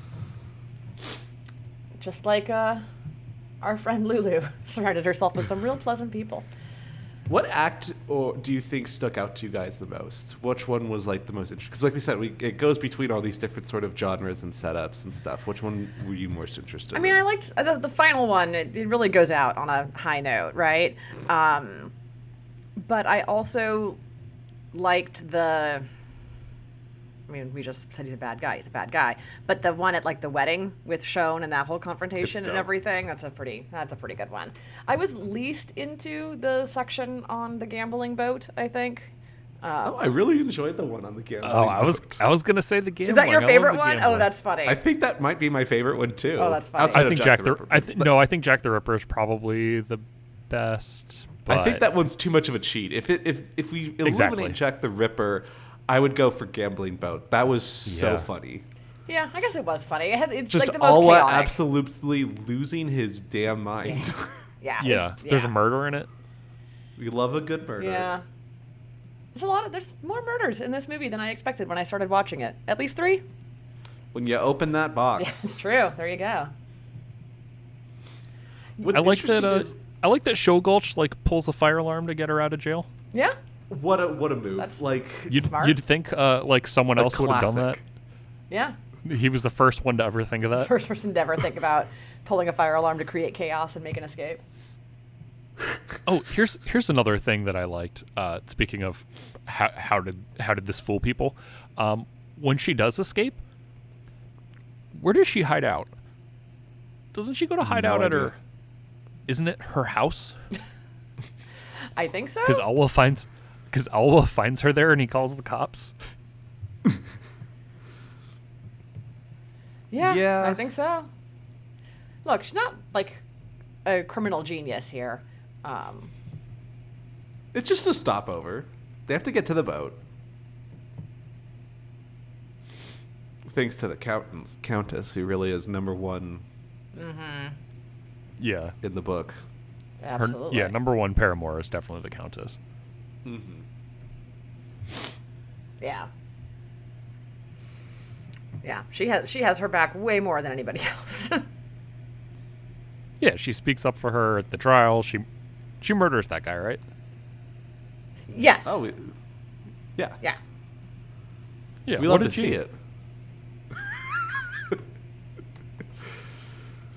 Speaker 2: just like uh, our friend Lulu surrounded herself with some real pleasant people.
Speaker 3: What act or do you think stuck out to you guys the most? Which one was like the most interesting? Because like we said, we, it goes between all these different sort of genres and setups and stuff. Which one were you most interested?
Speaker 2: I mean,
Speaker 3: in?
Speaker 2: I liked uh, the, the final one. It, it really goes out on a high note, right? Um, but I also liked the. I mean, we just said he's a bad guy. He's a bad guy. But the one at like the wedding with Shone and that whole confrontation and
Speaker 3: dope.
Speaker 2: everything. That's a pretty. That's a pretty good one. I was least into the section on the gambling boat. I think. uh,
Speaker 3: Oh, I really enjoyed the one on the camera.
Speaker 1: Oh, I was I was gonna say the game.
Speaker 2: Is that your favorite one? Oh, that's funny.
Speaker 3: I think that might be my favorite one too.
Speaker 2: Oh, that's funny.
Speaker 3: Outside
Speaker 1: I
Speaker 3: of
Speaker 1: think Jack, the.
Speaker 3: Ripper,
Speaker 1: I th- no, I think Jack the Ripper is probably the best. But
Speaker 3: I think that one's too much of a cheat. If it, if if we eliminate
Speaker 1: Exactly.
Speaker 3: Jack the Ripper, I would go for Gambling Boat. That was so
Speaker 1: Yeah.
Speaker 3: funny.
Speaker 2: yeah, I guess it was funny. It had, it's
Speaker 3: Just
Speaker 2: like the most
Speaker 3: Alwa
Speaker 2: chaotic.
Speaker 3: absolutely losing his damn mind.
Speaker 2: yeah. it
Speaker 1: Yeah,
Speaker 2: was-
Speaker 1: there's a
Speaker 2: yeah.
Speaker 1: murder in it.
Speaker 3: we love a good murder.
Speaker 2: Yeah. There's a lot of there's more murders in this movie than I expected when I started watching it. At least three.
Speaker 3: When you open that
Speaker 2: Yeah,
Speaker 3: box,
Speaker 2: it's true. There you go.
Speaker 3: what's
Speaker 1: I like that.
Speaker 3: interesting
Speaker 1: Uh,
Speaker 3: is
Speaker 1: I like that Shogulch like pulls a fire alarm to get her out of jail.
Speaker 2: Yeah.
Speaker 3: what a what a move.
Speaker 2: That's-
Speaker 3: like
Speaker 1: You'd
Speaker 2: Smart.
Speaker 1: you'd think uh, like someone
Speaker 3: a
Speaker 1: else would have done that.
Speaker 3: classic.
Speaker 2: Yeah.
Speaker 1: He was the first one to ever think of that.
Speaker 2: First person to ever think about pulling a fire alarm to create chaos and make an escape.
Speaker 1: Oh, here's here's another thing that I liked. Uh, speaking of how, how did how did this fool people? Um, when she does escape, where does she hide out? Doesn't she go to hide
Speaker 3: No
Speaker 1: out at
Speaker 3: idea.
Speaker 1: her? Isn't it her house?
Speaker 2: I think so.
Speaker 1: Because Alwa finds because Alwa finds her there and he calls the cops.
Speaker 2: Yeah,
Speaker 3: Yeah.
Speaker 2: I think so. Look, she's not like a criminal genius here. Um,
Speaker 3: It's just a stopover. They have to get to the boat. Thanks to the countess, countess who really is number one
Speaker 1: Yeah.
Speaker 3: in the book.
Speaker 1: Her-
Speaker 2: absolutely.
Speaker 1: yeah, number one paramour is definitely the Countess.
Speaker 2: Yeah. Yeah, she has she has her back way more than anybody else.
Speaker 1: Yeah, she speaks up for her at the trial. She she murders that guy, right?
Speaker 2: yes.
Speaker 3: Oh, we, yeah.
Speaker 2: yeah.
Speaker 1: Yeah.
Speaker 3: We
Speaker 1: what
Speaker 3: love to
Speaker 1: did
Speaker 3: see
Speaker 1: she-
Speaker 3: it.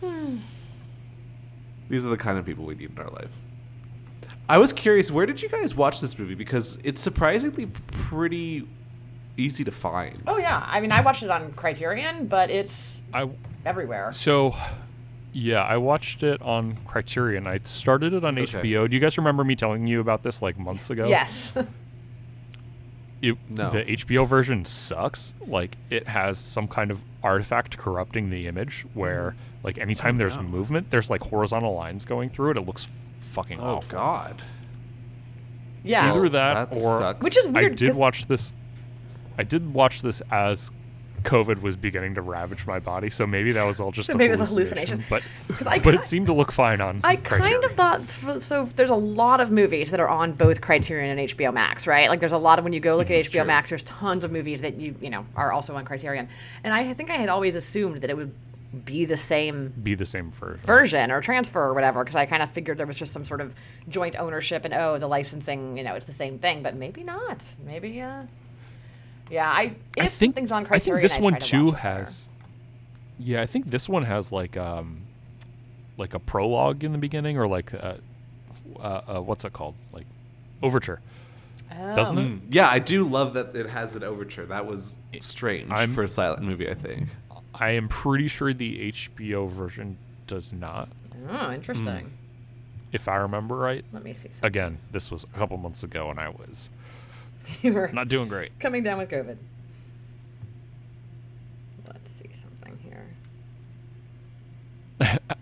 Speaker 1: Hmm.
Speaker 3: These are the kind of people we need in our life. I was curious, where did you guys watch this movie? Because it's surprisingly pretty easy to find.
Speaker 2: Oh yeah. I mean, I watched it on Criterion, but it's
Speaker 1: I
Speaker 2: everywhere.
Speaker 1: so yeah, I watched it on Criterion. I started it on
Speaker 3: Okay.
Speaker 1: HBO. Do you guys remember me telling you about this like months ago?
Speaker 2: Yes.
Speaker 1: It,
Speaker 3: No.
Speaker 1: The HBO version sucks. Like it has some kind of artifact corrupting the image where like anytime there's
Speaker 3: Oh, no.
Speaker 1: movement, there's like horizontal lines going through it. It looks f- fucking
Speaker 3: Oh,
Speaker 1: awful.
Speaker 3: God. Oh,
Speaker 2: yeah.
Speaker 1: Either that
Speaker 3: that
Speaker 1: or
Speaker 3: sucks.
Speaker 2: Which is weird.
Speaker 1: I did
Speaker 2: 'cause-
Speaker 1: watch this. I did watch this as COVID was beginning to ravage my body, so maybe that was all just
Speaker 2: So
Speaker 1: a
Speaker 2: maybe it's a
Speaker 1: hallucination.
Speaker 2: hallucination.
Speaker 1: But
Speaker 2: 'Cause I
Speaker 1: but
Speaker 2: ki-
Speaker 1: it seemed to look fine on.
Speaker 2: I kind of
Speaker 1: Criterion.
Speaker 2: thought f- so. There's a lot of movies that are on both Criterion and HBO Max, right? Like there's a lot of when you go look at
Speaker 3: It's
Speaker 2: HBO
Speaker 3: true.
Speaker 2: Max, there's tons of movies that you you know are also on Criterion, and I think I had always assumed that it would be the same
Speaker 1: be the same version.
Speaker 2: version or transfer or whatever because I kind of figured there was just some sort of joint ownership and oh the licensing you know it's the same thing but maybe not maybe uh yeah I if
Speaker 1: I think
Speaker 2: something's on
Speaker 1: I think
Speaker 2: Criterion
Speaker 1: this
Speaker 2: I
Speaker 1: one
Speaker 2: try to
Speaker 1: too
Speaker 2: watch it there.
Speaker 1: has. Yeah, I think this one has like um, like a prologue in the beginning, or like uh, uh, uh what's it called? Like overture,
Speaker 2: Oh.
Speaker 1: doesn't it?
Speaker 3: Yeah, I do love that it has an overture. That was strange
Speaker 1: I'm-
Speaker 3: for a silent movie, I think.
Speaker 1: I am pretty sure the HBO version does not,
Speaker 2: oh interesting
Speaker 1: Hmm. if I remember right.
Speaker 2: let me see so
Speaker 1: Again, this was a couple months ago, and I was
Speaker 2: you were
Speaker 1: not doing great.
Speaker 2: coming down with COVID let's see something here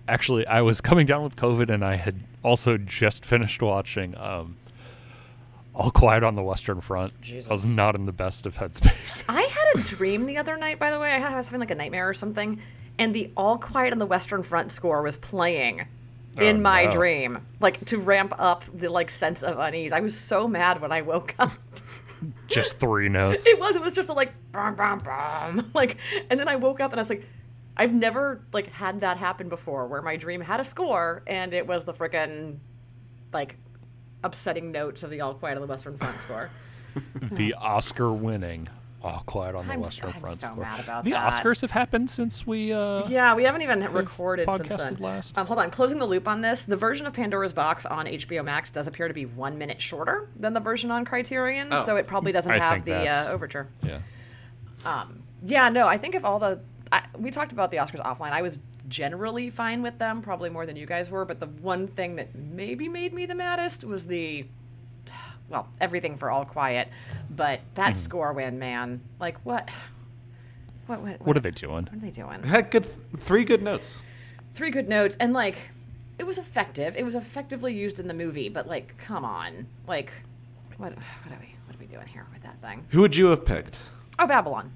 Speaker 1: Actually, I was coming down with COVID, and I had also just finished watching um, All Quiet on the Western Front. I was
Speaker 2: Jesus.
Speaker 1: not in the best of headspace.
Speaker 2: I had a dream the other night, by the way. I had- I was having like a nightmare or something, and the All Quiet on the Western Front score was playing in
Speaker 1: Oh,
Speaker 2: my
Speaker 1: no.
Speaker 2: dream, like to ramp up the like sense of unease. I was so mad when I woke up.
Speaker 1: just three notes.
Speaker 2: It was it was just a, like bum bum bum, like, and then I woke up and I was like, I've never like had that happen before, where my dream had a score and it was the frickin' like upsetting notes of the All Quiet on the Western Front score.
Speaker 1: the Oscar-winning All Quiet on the
Speaker 2: I'm so-
Speaker 1: Western
Speaker 2: I'm
Speaker 1: Front
Speaker 2: so
Speaker 1: score.
Speaker 2: mad about
Speaker 1: the
Speaker 2: that.
Speaker 1: Oscars have happened since we. Uh,
Speaker 2: Yeah, we haven't even recorded
Speaker 1: podcasted
Speaker 2: since then.
Speaker 1: last.
Speaker 2: Um, hold on, closing the loop on this. The version of Pandora's Box on HBO Max does appear to be one minute shorter than the version on Criterion,
Speaker 3: Oh.
Speaker 2: so it probably doesn't
Speaker 1: I
Speaker 2: have
Speaker 1: think
Speaker 2: the uh,
Speaker 1: that's-
Speaker 2: overture.
Speaker 1: yeah.
Speaker 2: Yeah, no, I think if all the I, we talked about the Oscars offline, I was generally fine with them, probably more than you guys were. But the one thing that maybe made me the maddest was the well, everything for All Quiet, but that score win, man, like what? What? What?
Speaker 1: What are they doing?
Speaker 2: What are they doing?
Speaker 3: It had good three good notes.
Speaker 2: three good notes and like it was effective it was effectively used in the movie but like come on like what what are we what are we doing here with that thing
Speaker 3: Who would you have picked?
Speaker 2: oh babylon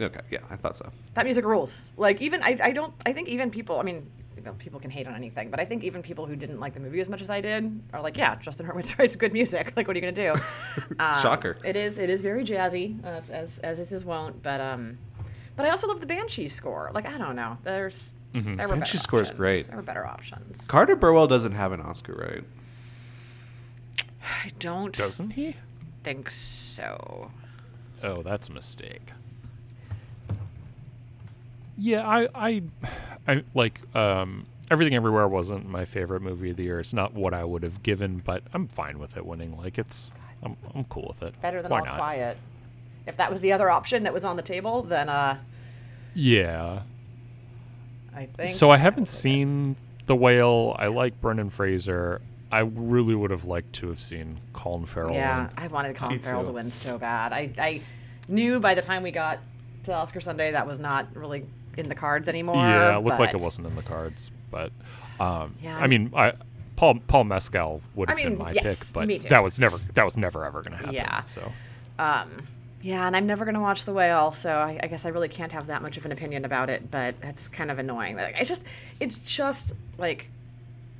Speaker 3: Okay, yeah, I thought so.
Speaker 2: that music rules like even i, I don't i think even people i mean you know, people can hate on anything but i think even people who didn't like the movie as much as i did are like yeah justin hurwitz writes good music like what are you gonna do Um,
Speaker 3: Shocker.
Speaker 2: it is it is very jazzy as as, as is his wont but um but i also love the banshee score like i don't know there's there were
Speaker 3: Banshee
Speaker 2: better
Speaker 3: score's
Speaker 2: options.
Speaker 3: great.
Speaker 2: there were better options
Speaker 3: Carter Burwell doesn't have an Oscar, right?
Speaker 2: I don't
Speaker 1: Doesn't he?
Speaker 2: think so.
Speaker 1: Oh, that's a mistake. Yeah, I, I, I like um, everything everywhere wasn't my favorite movie of the year. It's not what I would have given, but I'm fine with it winning. Like it's, I'm, I'm cool with it.
Speaker 2: Better than
Speaker 1: Why
Speaker 2: All
Speaker 1: not?
Speaker 2: Quiet. If that was the other option that was on the table, then uh,
Speaker 1: Yeah.
Speaker 2: I think.
Speaker 1: So I haven't seen The Whale. I like Brendan Fraser. I really would have liked to have seen Colin Farrell.
Speaker 2: Yeah,
Speaker 1: win.
Speaker 2: I wanted Colin
Speaker 3: Me
Speaker 2: Farrell to
Speaker 3: too.
Speaker 2: win so bad. I, I knew by the time we got to Oscar Sunday that was not really in the cards anymore.
Speaker 1: Yeah, it looked like it
Speaker 2: but
Speaker 1: wasn't in the cards, but Um,
Speaker 2: Yeah.
Speaker 1: I mean, I, Paul Paul Mescal would
Speaker 2: I
Speaker 1: have been
Speaker 2: mean,
Speaker 1: my
Speaker 2: yes,
Speaker 1: pick, but
Speaker 2: me too.
Speaker 1: that was never that was never ever going to happen.
Speaker 2: Yeah.
Speaker 1: So
Speaker 2: um, Yeah, and I'm never going to watch The Whale, so I, I guess I really can't have that much of an opinion about it. But it's kind of annoying. Like, it's just, it's just like,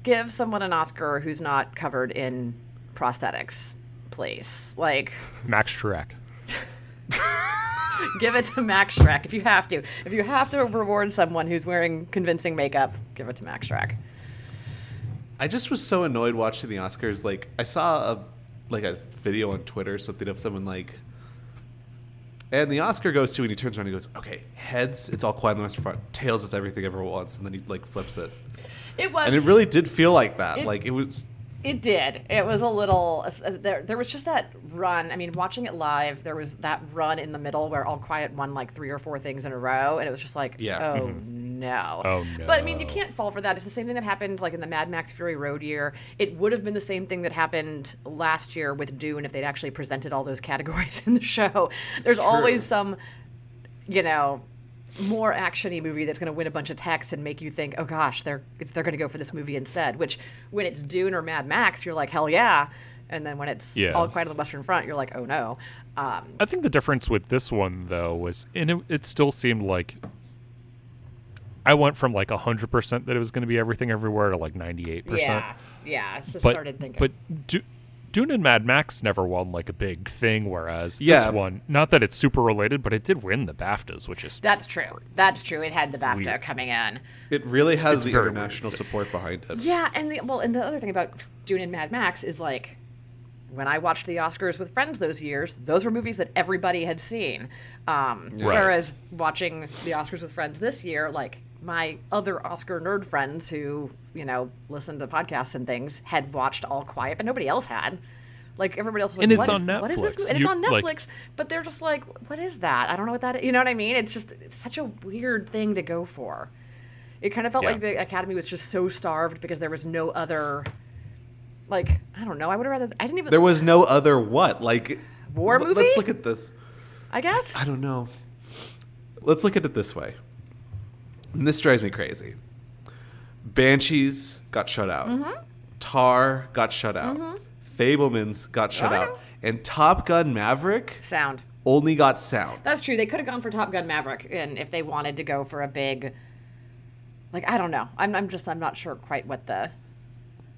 Speaker 2: give someone an Oscar who's not covered in prosthetics, please. Like,
Speaker 1: Max Shrek.
Speaker 2: give it to Max Shrek if you have to. If you have to reward someone who's wearing convincing makeup, give it to Max Shrek.
Speaker 3: I just was so annoyed watching the Oscars. Like I saw a like a video on Twitter or something of someone like and the Oscar goes to and he turns around and he goes, Okay, heads, it's all quiet on the western front, tails it's everything ever wants, and then he like flips it.
Speaker 2: It was.
Speaker 3: And it really did feel like that.
Speaker 2: It-
Speaker 3: like it was
Speaker 2: It did. It was a little. uh, There, there was just that run. I mean, watching it live, there was that run in the middle where All Quiet won like three or four things in a row, and it was just like,
Speaker 3: Yeah.
Speaker 2: oh no.
Speaker 1: Oh,
Speaker 2: But I mean, you
Speaker 1: no.
Speaker 2: can't fall for that. It's the same thing that happened like in the Mad Max Fury Road year. It would have been the same thing that happened last year with Dune if they'd actually presented all those categories in the show. There's
Speaker 3: true.
Speaker 2: always some, you know. More actiony movie that's going to win a bunch of texts and make you think, oh gosh, they're it's, they're going to go for this movie instead. Which, when it's Dune or Mad Max, you're like, hell yeah, and then when it's
Speaker 1: Yeah.
Speaker 2: All Quiet on the Western Front, you're like, oh no. Um,
Speaker 1: I think the difference with this one though was, and it, it still seemed like I went from like hundred percent that it was going to be everything everywhere to like ninety eight percent.
Speaker 2: yeah, yeah. It's just
Speaker 1: But
Speaker 2: started thinking.
Speaker 1: but Du- Dune and Mad Max never won like a big thing, whereas
Speaker 3: Yeah.
Speaker 1: this one, not that it's super related, but it did win the BAFTAs, which is
Speaker 2: that's true. That's true. It had the BAFTA
Speaker 1: Weird.
Speaker 2: coming in.
Speaker 3: it really has
Speaker 1: It's
Speaker 3: the
Speaker 1: very
Speaker 3: international support behind it.
Speaker 2: Yeah, and the well, and the other thing about Dune and Mad Max is like when I watched the Oscars with friends those years, those were movies that everybody had seen. Um,
Speaker 1: Right.
Speaker 2: Whereas watching the Oscars with friends this year, like my other Oscar nerd friends who you know listen to podcasts and things had watched All Quiet, but nobody else had. Like everybody else was like,
Speaker 1: And it's
Speaker 2: "What
Speaker 1: on
Speaker 2: is- What is this?
Speaker 1: Netflix.
Speaker 2: movie?" And it's
Speaker 1: You-
Speaker 2: on
Speaker 1: like-
Speaker 2: Netflix, but they're just like, what is that? I don't know what that is. You know what I mean? It's just it's such a weird thing to go for. It kind of felt
Speaker 1: Yeah.
Speaker 2: like the Academy was just so starved because there was no other. Like I don't know. I would have rather. I didn't even.
Speaker 3: There was no other what? Like
Speaker 2: War
Speaker 3: let-
Speaker 2: movie?
Speaker 3: Let's look at this.
Speaker 2: I guess.
Speaker 3: I don't know. Let's look at it this way. And this drives me crazy. Banshees got shut out.
Speaker 2: Mm-hmm.
Speaker 3: Tar got shut out. Fablemans got shut
Speaker 2: I know.
Speaker 3: out. And Top Gun Maverick
Speaker 2: Sound.
Speaker 3: only got sound.
Speaker 2: That's true. They could have gone for Top Gun Maverick, and if they wanted to go for a big. Like I don't know. I'm. I'm just. I'm not sure quite what the.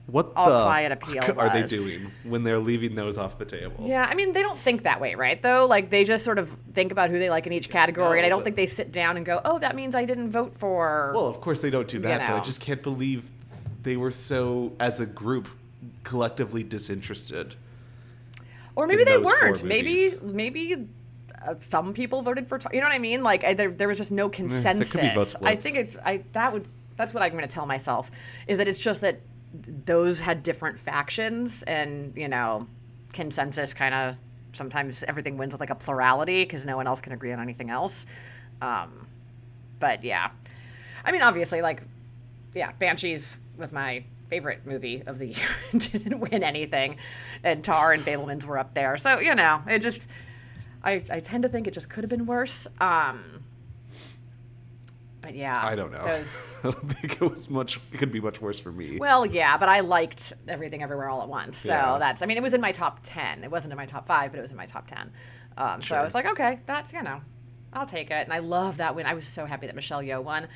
Speaker 3: What
Speaker 2: All
Speaker 3: the
Speaker 2: quiet appeal
Speaker 3: fuck are they
Speaker 2: was.
Speaker 3: doing when they're leaving those off the table?
Speaker 2: Yeah, I mean, they don't think that way, right? Though, like they just sort of think about who they like in each category, and I don't
Speaker 3: but-
Speaker 2: think they sit down and go, "Oh, that means I didn't vote for."
Speaker 3: Well, of course they don't do that, but
Speaker 2: know.
Speaker 3: I just can't believe they were so, as a group, collectively disinterested.
Speaker 2: or maybe
Speaker 3: in
Speaker 2: they
Speaker 3: those four
Speaker 2: weren't. Maybe
Speaker 3: movies.
Speaker 2: maybe uh, some people voted for. Tar- you know what I mean? Like I, there, there was just no
Speaker 3: could be
Speaker 2: consensus.
Speaker 3: votes
Speaker 2: I
Speaker 3: splits.
Speaker 2: think it's I that would that's what I'm going to tell myself is that it's just that those had different factions and you know consensus kind of sometimes everything wins with like a plurality because no one else can agree on anything else. Um, but yeah, I mean obviously like yeah, Banshees was my favorite movie of the year. Didn't win anything, and Tar and Fablemans were up there. So you know, it just I I tend to think it just could have been worse. Um, but yeah,
Speaker 3: I don't know.
Speaker 2: Those,
Speaker 3: I don't think it was much. It could be much worse for me.
Speaker 2: well, yeah, but I liked everything everywhere all at once. So
Speaker 3: Yeah.
Speaker 2: that's I mean, it was in my top ten. It wasn't in my top five, but it was in my top ten. Um, So I
Speaker 3: Sure.
Speaker 2: was like, okay, that's you know, I'll take it. And I love that win. I was so happy that Michelle Yeoh won.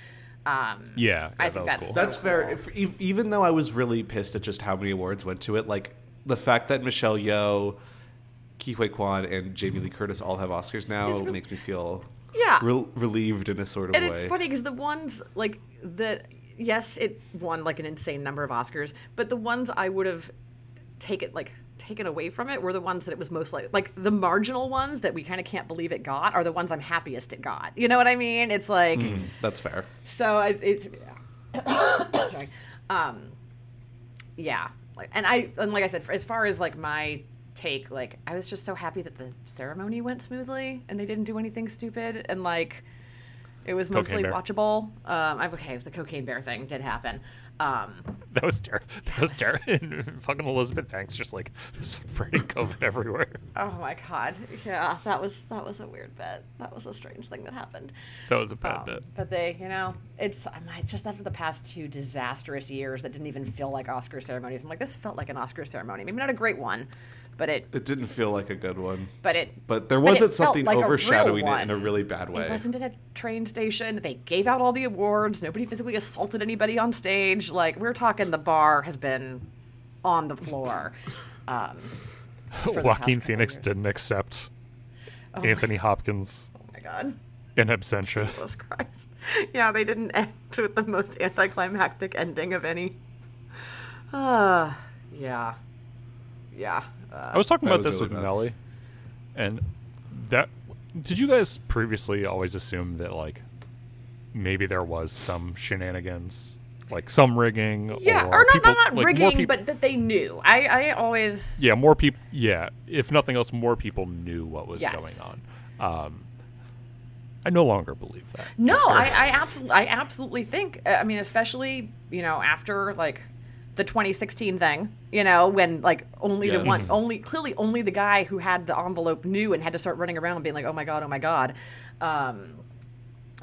Speaker 2: Um,
Speaker 1: yeah,
Speaker 2: I
Speaker 1: yeah, that
Speaker 2: think
Speaker 1: was
Speaker 2: that's-
Speaker 1: cool.
Speaker 3: That's fair. If, if, even though I was really pissed at just how many awards went to it, like the fact that Michelle Yeoh, Kiwi Kwan, and Jamie Lee Curtis all have Oscars now
Speaker 2: really-
Speaker 3: makes me feel
Speaker 2: Yeah.
Speaker 3: rel- relieved in a sort of
Speaker 2: and
Speaker 3: way.
Speaker 2: it's funny because the ones like the yes it won like an insane number of oscars but the ones i would have taken like taken away from it were the ones that it was most like like the marginal ones that we kind of can't believe it got are the ones i'm happiest it got you know what i mean it's like
Speaker 3: Mm-hmm. That's fair.
Speaker 2: so it, it's sorry. um yeah like, and i and like i said as far as like my take like i was just so happy that the ceremony went smoothly and they didn't do anything stupid and like It was
Speaker 1: Cocaine
Speaker 2: mostly
Speaker 1: Bear.
Speaker 2: watchable. Um, I'm okay. The cocaine bear thing did happen. Um,
Speaker 1: That was terrible. That was terrible. Fucking Elizabeth Banks just like spreading COVID everywhere.
Speaker 2: oh my god, yeah, that was that was a weird bit. That was a strange thing that happened.
Speaker 1: That was a bad
Speaker 2: Um,
Speaker 1: bit.
Speaker 2: But they, you know, it's I might just after the past two disastrous years that didn't even feel like Oscar ceremonies. I'm like, this felt like an Oscar ceremony. Maybe not a great one, but it,
Speaker 3: It didn't feel like a good one.
Speaker 2: but it,
Speaker 3: But there
Speaker 2: but it
Speaker 3: wasn't
Speaker 2: felt
Speaker 3: something
Speaker 2: like a real
Speaker 3: overshadowing it
Speaker 2: one.
Speaker 3: in a really bad way.
Speaker 2: It wasn't in a train station. They gave out all the awards. Nobody physically assaulted anybody on stage. Like we're talking, the bar has been on the floor. Um, the past
Speaker 1: Joaquin
Speaker 2: couple
Speaker 1: Phoenix
Speaker 2: years.
Speaker 1: didn't accept Anthony Hopkins
Speaker 2: oh my god,
Speaker 1: in absentia.
Speaker 2: Jesus Christ! Yeah, they didn't end with the most anticlimactic ending of any. Uh, yeah, yeah. Uh,
Speaker 1: I was talking
Speaker 3: That
Speaker 1: about
Speaker 3: was
Speaker 1: this
Speaker 3: really
Speaker 1: with
Speaker 3: bad.
Speaker 1: Nelly, and that did you guys previously always assume that like maybe there was some shenanigans, like some rigging,
Speaker 2: yeah,
Speaker 1: or,
Speaker 2: or, not,
Speaker 1: people,
Speaker 2: not not
Speaker 1: like, more
Speaker 2: rigging,
Speaker 1: peop-
Speaker 2: but that they knew. I I always
Speaker 1: yeah, more people. Yeah, if nothing else, more people knew what was
Speaker 2: Yes.
Speaker 1: going on. Um, I no longer believe that.
Speaker 2: No,
Speaker 1: after-
Speaker 2: I, I absolutely, I absolutely think. uh, I mean, especially you know after like the 2016 thing, you know, when like only the
Speaker 3: Yes.
Speaker 2: one, only clearly only the guy who had the envelope knew and had to start running around and being like, oh my god, oh my god, um,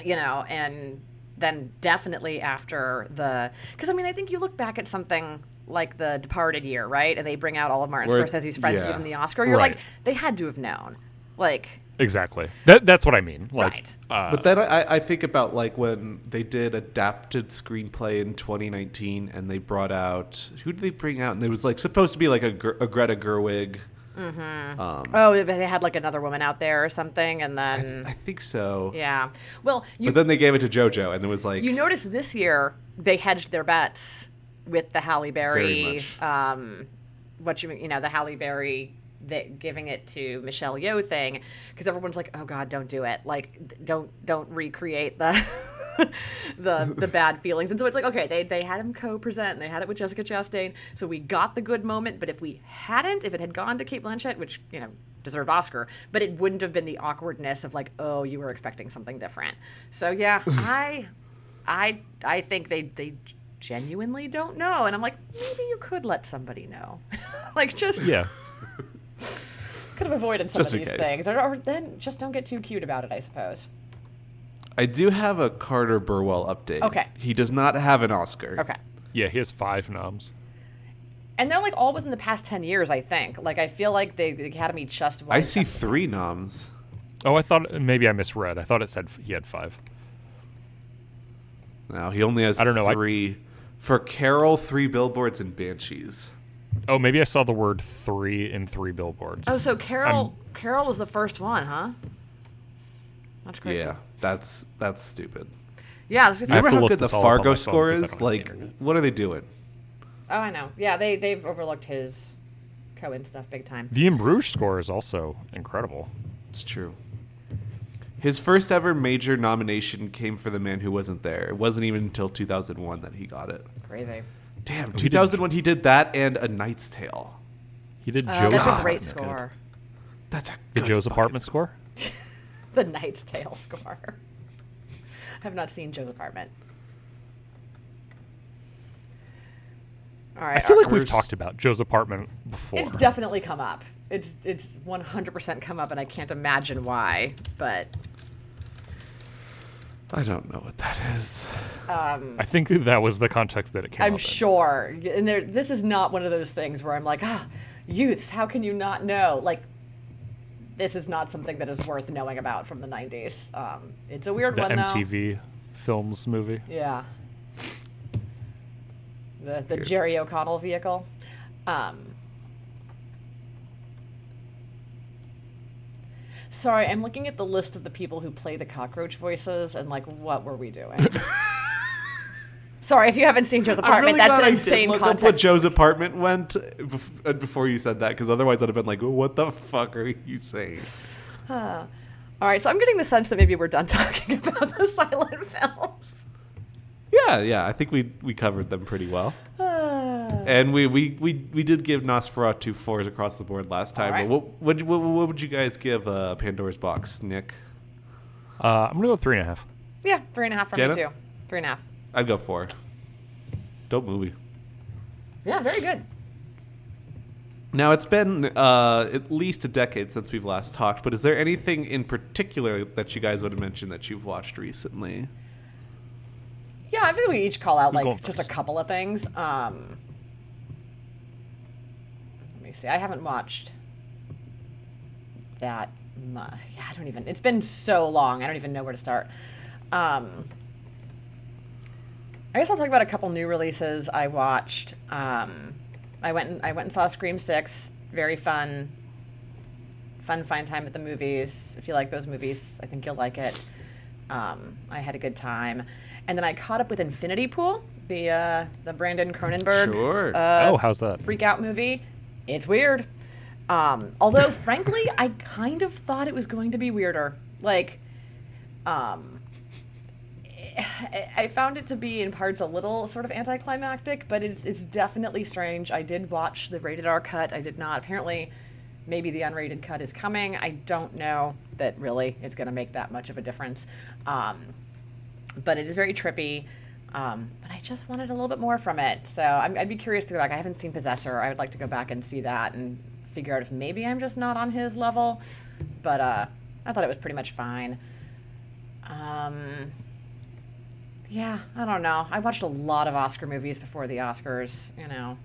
Speaker 2: you know, and then definitely after the, because I mean, I think you look back at something like the Departed year, right, and they bring out all of Martin
Speaker 3: Where-
Speaker 2: Scorsese's friends to
Speaker 3: yeah.
Speaker 2: give him the Oscar. You're like,
Speaker 1: Right.
Speaker 2: they had to have known, like,
Speaker 1: exactly. That that's what I mean. Like,
Speaker 2: Right.
Speaker 1: uh,
Speaker 3: But then I, I think about like when they did adapted screenplay in 2019, and they brought out who did they bring out? And it was like supposed to be like a, Gre- a Greta Gerwig. Um.
Speaker 2: oh, they- they had like another woman out there or something, and then.
Speaker 3: I think so.
Speaker 2: Yeah. Well, you
Speaker 3: But then they gave it to JoJo, and it was like
Speaker 2: you notice this year they hedged their bets with the Halle Berry,
Speaker 3: much.
Speaker 2: um, what you you know the Halle Berry that giving it to Michelle Yeoh thing because everyone's like, oh God, don't do it, like d- don't don't recreate the. the the bad feelings and so it's like okay they they had him co-present and they had it with Jessica Chastain so we got the good moment but if we hadn't if it had gone to Kate Blanchett which you know deserved Oscar but it wouldn't have been the awkwardness of like oh you were expecting something different so yeah I I I think they they genuinely don't know, and I'm like, maybe you could let somebody know, like just
Speaker 1: yeah.
Speaker 2: could have avoided some
Speaker 3: Just
Speaker 2: of
Speaker 3: in
Speaker 2: these
Speaker 3: case.
Speaker 2: things, or, or then just don't get too cute about it, I suppose.
Speaker 3: I do have a Carter Burwell update.
Speaker 2: Okay.
Speaker 3: He does not have an Oscar.
Speaker 2: Okay,
Speaker 1: Yeah, he has five noms.
Speaker 2: and they're like all within the past ten years, I think. Like I feel like they, the Academy just
Speaker 3: I
Speaker 2: wanted
Speaker 3: see
Speaker 2: to-
Speaker 3: three noms.
Speaker 1: Oh, I thought maybe I misread. I thought it said f- he had five.
Speaker 3: No, he only has
Speaker 1: I don't know, I-
Speaker 3: three. For Carol, three billboards and Banshees.
Speaker 1: Oh, maybe I saw the word three in three billboards.
Speaker 2: Oh, so Carol Carol was the first one, huh? That's crazy.
Speaker 3: Yeah, that's that's stupid.
Speaker 2: yeah. that's-
Speaker 1: I have
Speaker 3: Remember
Speaker 1: to
Speaker 3: how
Speaker 1: look
Speaker 3: good the
Speaker 1: this all up on my
Speaker 3: Fargo
Speaker 1: phone
Speaker 3: score
Speaker 1: 'cause I
Speaker 3: is?
Speaker 1: don't have the
Speaker 3: Like,
Speaker 1: internet.
Speaker 3: what are they doing?
Speaker 2: oh, I know. Yeah, they they've overlooked his Cohen stuff big time.
Speaker 1: The In Bruges score is also incredible.
Speaker 3: It's true. His first ever major nomination came for The Man Who Wasn't There. It wasn't even until 2001 that he got it.
Speaker 2: Crazy.
Speaker 1: Oh,
Speaker 3: Damn, 2001 he did that and A Knight's Tale.
Speaker 1: He did
Speaker 2: Uh,
Speaker 1: Joe's,
Speaker 2: that's
Speaker 3: Oh God,
Speaker 2: a great
Speaker 3: that's good.
Speaker 2: score.
Speaker 3: That's a
Speaker 1: did
Speaker 3: good
Speaker 1: Joe's
Speaker 3: fucking
Speaker 1: apartment
Speaker 3: score.
Speaker 1: score.
Speaker 2: the Knight's Tale score. I have not seen Joe's apartment. All right.
Speaker 1: I feel like
Speaker 2: our-
Speaker 1: we've talked about Joe's apartment before.
Speaker 2: it's definitely come up. It's it's 100% come up, and I can't imagine why. But
Speaker 3: I don't know what that is.
Speaker 1: I think that was the context that it came.
Speaker 2: I'm
Speaker 1: up in.
Speaker 2: sure, and there, this is not one of those things where I'm like, ah, youths, how can you not know? Like, this is not something that is worth knowing about from the 90s. Um, it's a weird
Speaker 1: the
Speaker 2: one though.
Speaker 1: MTV Films movie.
Speaker 2: Yeah. The the Jerry O'Connell vehicle. Um, sorry, I'm looking at the list of the people who play the cockroach voices and like, what were we doing? sorry, if you haven't seen Joe's
Speaker 3: I'm
Speaker 2: apartment,
Speaker 3: really
Speaker 2: that's
Speaker 3: glad
Speaker 2: an
Speaker 3: I did
Speaker 2: insane
Speaker 3: look up
Speaker 2: context.
Speaker 3: what Joe's apartment went bef- uh, before you said that, because otherwise I'd have been like, "What the fuck are you saying?"
Speaker 2: All right, so I'm getting the sense that maybe we're done talking about the silent films.
Speaker 3: Yeah, yeah, I think we we covered them pretty well,
Speaker 2: Uh,
Speaker 3: and we we we, we did give Nosferatu fours across the board last time.
Speaker 2: right.
Speaker 3: But what, what what what would you guys give uh, Pandora's Box, Nick?
Speaker 1: Uh, I'm gonna go three and a half.
Speaker 2: Yeah, three and a half for
Speaker 3: Jenna?
Speaker 2: me too. Three and a half.
Speaker 3: I'd go four. Dope movie.
Speaker 2: Yeah, very good.
Speaker 3: Now it's been uh, at least a decade since we've last talked, but is there anything in particular that you guys would have mentioned that you've watched recently?
Speaker 2: Yeah, I think we each call out
Speaker 1: Who's going
Speaker 2: like just a
Speaker 1: first?
Speaker 2: couple of things. Um, let me see. I haven't watched that much. Yeah, I don't even. It's been so long. I don't even know where to start. Um, I guess I'll talk about a couple new releases I watched. Um, I went and I went and saw Scream Six. Very fun. Fun, fine time at the movies. If you like those movies, I think you'll like it. Um, I had a good time, and then I caught up with Infinity Pool, the uh, the Brandon Cronenberg
Speaker 3: Sure.
Speaker 2: uh,
Speaker 1: oh, how's that?
Speaker 2: freak out movie. It's weird. Um, although, frankly, I kind of thought it was going to be weirder. Like, um, I I found it to be in parts a little sort of anticlimactic, but it's it's definitely strange. I did watch the rated R cut. I did not. Apparently, maybe the unrated cut is coming. I don't know that really it's going to make that much of a difference. Um, but it is very trippy. Um, but I just wanted a little bit more from it, so I'm, I'd be curious to go back. I haven't seen Possessor. I would like to go back and see that and figure out if maybe I'm just not on his level. But uh, I thought it was pretty much fine. Um, yeah, I don't know. I watched a lot of Oscar movies before the Oscars. You know,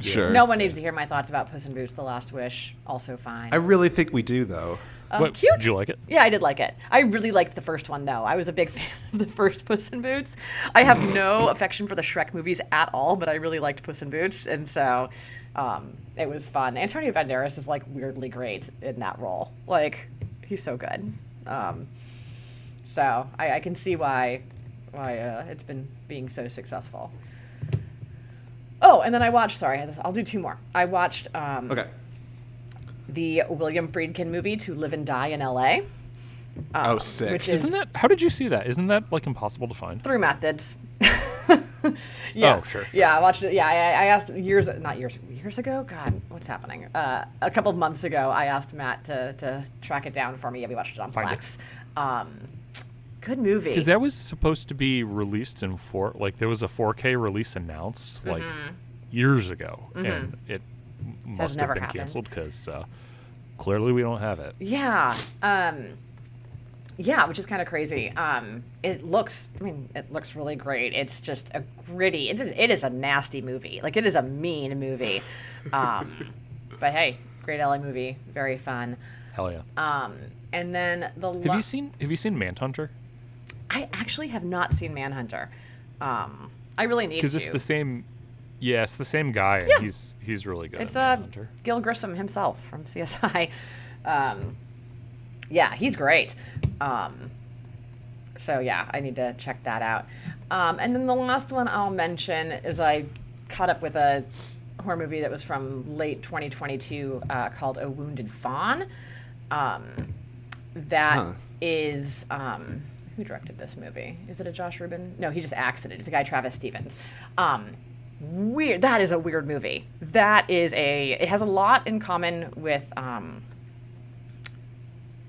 Speaker 3: sure.
Speaker 2: no one needs to hear my thoughts about Puss in Boots: The Last Wish. Also fine.
Speaker 3: I really think we do, though.
Speaker 2: Um,
Speaker 1: What-
Speaker 2: cute.
Speaker 1: Did you like it?
Speaker 2: Yeah, I did like it. I really liked the first one though. I was a big fan of the first Puss in Boots. I have no affection for the Shrek movies at all, but I really liked Puss in Boots, and so um, it was fun. Antonio Banderas is like weirdly great in that role. Like he's so good. Um, so I, I can see why why uh, it's been being so successful. Oh, and then I watched. Sorry, I'll do two more. I watched. Um,
Speaker 3: Okay.
Speaker 2: the William Friedkin movie To Live and Die in LA.
Speaker 3: oh, sick.
Speaker 2: Which is
Speaker 1: Isn't that? How did you see that? Isn't that like impossible to find?
Speaker 2: through methods. yeah.
Speaker 1: Oh, sure, sure.
Speaker 2: Yeah, I watched it. Yeah, I, I asked years, not years, years ago. God, what's happening? Uh, a couple of months ago, I asked Matt to, to track it down for me. Yeah, we watched it on
Speaker 1: Find it.
Speaker 2: Flex. Um, good movie.
Speaker 1: Because that was supposed to be released in four. Like there was a 4K release announced like
Speaker 2: Mm-hmm.
Speaker 1: years ago, and it m- must have
Speaker 2: never
Speaker 1: been
Speaker 2: happened.
Speaker 1: canceled because uh, clearly we don't have it.
Speaker 2: Yeah. Um, yeah, which is kind of crazy. Um, it looks, I mean, it looks really great. It's just a gritty, it is, it is a nasty movie. Like, it is a mean movie. Um, but hey, great LA movie. Very fun.
Speaker 1: Hell yeah.
Speaker 2: Um, and then the
Speaker 1: Have you seen Have you seen Manhunter?
Speaker 2: I actually have not seen Manhunter. Um, I really need to.
Speaker 1: Because it's the same. Yeah, it's the same guy, and
Speaker 2: Yeah.
Speaker 1: he's he's really good.
Speaker 2: It's
Speaker 1: in
Speaker 2: uh,
Speaker 1: Manhunter.
Speaker 2: Gil Grissom himself from CSI. Um, yeah, he's great. Um, so yeah, I need to check that out. Um, and then the last one I'll mention is I caught up with a horror movie that was from late 2022 uh, called A Wounded Fawn. Um, that
Speaker 3: Huh.
Speaker 2: is um, who directed this movie? Is it a Josh Rubin? No, he just acts in it. It's a guy Travis Stevens. Um, weird. That is a weird movie. That is a. It has a lot in common with. Um,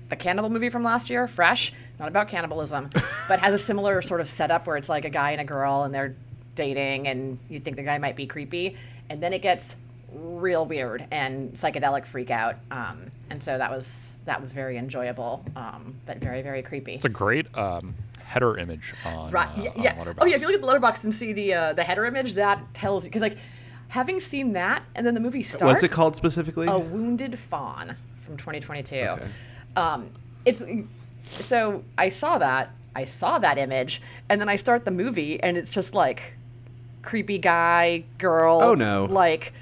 Speaker 2: the cannibal movie from last year, Fresh. It's not about cannibalism, but has a similar sort of setup where it's like a guy and a girl and they're dating, and you think the guy might be creepy, and then it gets real weird and psychedelic freak out. Um, and so that was that was very enjoyable, um, but very very creepy.
Speaker 1: It's a great um, header image on,
Speaker 2: Right.
Speaker 1: uh,
Speaker 2: Yeah.
Speaker 1: on
Speaker 2: yeah.
Speaker 1: Letterboxd.
Speaker 2: Oh yeah. If you look at the letterbox and see the uh, the header image, that tells you because like having seen that and then the movie starts.
Speaker 3: What's it called specifically?
Speaker 2: A Wounded Fawn from 2022. Um, it's so I saw that I saw that image, and then I start the movie, and it's just like creepy guy girl.
Speaker 3: Oh, no.
Speaker 2: Like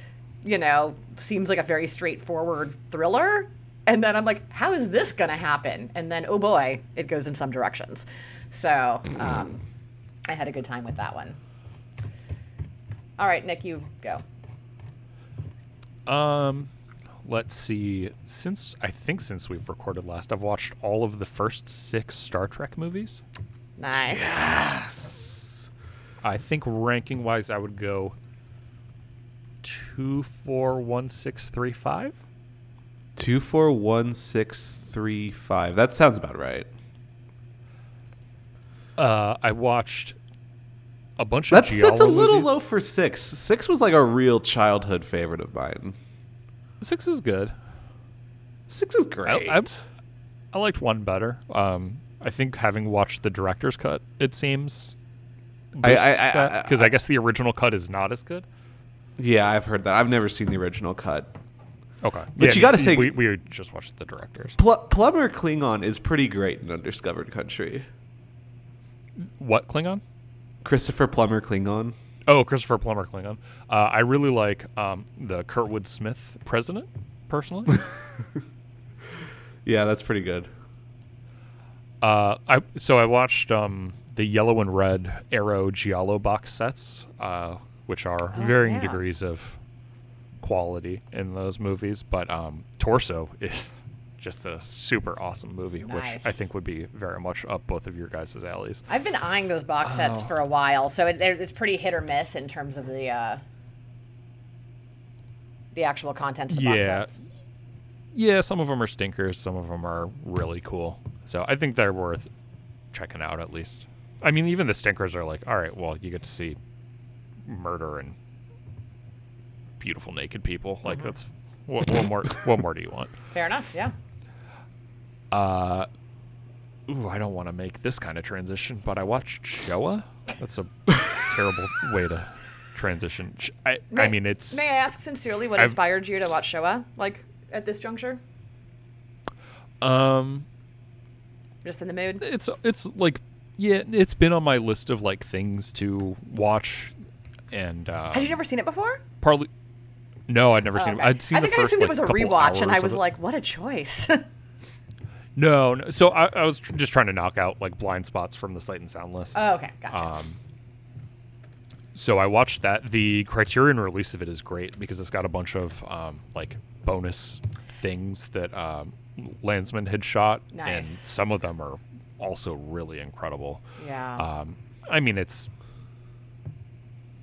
Speaker 2: you know, seems like a very straightforward thriller. And then I'm like, how is this gonna happen? And then oh boy, it goes in some directions. So um, I had a good time with that one. All right, Nick, you go.
Speaker 1: Um, let's see. Since I think since we've recorded last, I've watched all of the first six Star Trek movies.
Speaker 2: Nice.
Speaker 1: I think ranking wise, I would go two, four, one, six, three, five.
Speaker 3: Two four one six three five. That sounds about right.
Speaker 1: uh, I watched a bunch
Speaker 3: That's
Speaker 1: of Giallo
Speaker 3: that's a little
Speaker 1: movies.
Speaker 3: low for six. Six was like a real childhood favorite of mine.
Speaker 1: Six is good.
Speaker 3: Six is
Speaker 1: I,
Speaker 3: great.
Speaker 1: I, I liked one better. Um, I think having watched the director's cut, it seems
Speaker 3: I- I- I-
Speaker 1: because I, guess the original cut is not as good.
Speaker 3: yeah, I've heard that. I've never seen the original cut.
Speaker 1: Okay,
Speaker 3: But you gotta say-
Speaker 1: we, we just watched the directors.
Speaker 3: Pl- Plumber Klingon is pretty great in Undiscovered Country.
Speaker 1: What Klingon?
Speaker 3: Christopher Plummer Klingon.
Speaker 1: Oh, Christopher Plummer Klingon. Uh, I really like um, the Kurtwood Smith president personally.
Speaker 3: Yeah, that's pretty good.
Speaker 1: Uh, I so I watched um, the yellow and red Arrow Giallo box sets, uh, which are
Speaker 2: Oh,
Speaker 1: varying
Speaker 2: yeah.
Speaker 1: degrees of quality in those movies. But um, Torso is just a super awesome movie, which I
Speaker 2: Nice.
Speaker 1: think would be very much up both of your guys' alleys.
Speaker 2: I've been eyeing those box
Speaker 1: Oh.
Speaker 2: sets for a while, so it, they're- it's pretty hit or miss in terms of the uh, the actual content of the
Speaker 1: Yeah.
Speaker 2: box sets.
Speaker 1: Yeah, some of them are stinkers, some of them are really cool. So I think they're worth checking out at least. I mean, even the stinkers are like, all right, well, you get to see murder and beautiful naked people.
Speaker 2: Mm-hmm.
Speaker 1: Like that's what, what more? what more do you want?
Speaker 2: Fair enough. Yeah.
Speaker 1: Ooh, I don't want to make this kind of transition, but I watched Showa. That's a terrible way to transition. Sh- I, I mean, it's
Speaker 2: May I ask sincerely what
Speaker 1: I've-
Speaker 2: inspired you to watch Showa? Like at this juncture,
Speaker 1: um.
Speaker 2: just in the mood.
Speaker 1: it's it's like yeah, it's been on my list of like things to watch, and uh,
Speaker 2: Had you never seen it before?
Speaker 1: partly. No, I'd never
Speaker 2: Oh,
Speaker 1: seen it.
Speaker 2: okay.
Speaker 1: I'd seen
Speaker 2: I think
Speaker 1: the first,
Speaker 2: I assumed
Speaker 1: like,
Speaker 2: it was a
Speaker 1: couple
Speaker 2: rewatch, and
Speaker 1: hours
Speaker 2: I
Speaker 1: of
Speaker 2: was
Speaker 1: it.
Speaker 2: like, "What a choice!"
Speaker 1: no, no. So I, I was tr- just trying to knock out like blind spots from the sight and sound list.
Speaker 2: oh, okay, gotcha.
Speaker 1: Uh, so I watched that. The Criterion release of it is great because it's got a bunch of um, like bonus things that um, Landsman had shot, and
Speaker 2: Nice.
Speaker 1: some of them are also really incredible.
Speaker 2: yeah.
Speaker 1: Um, I mean, it's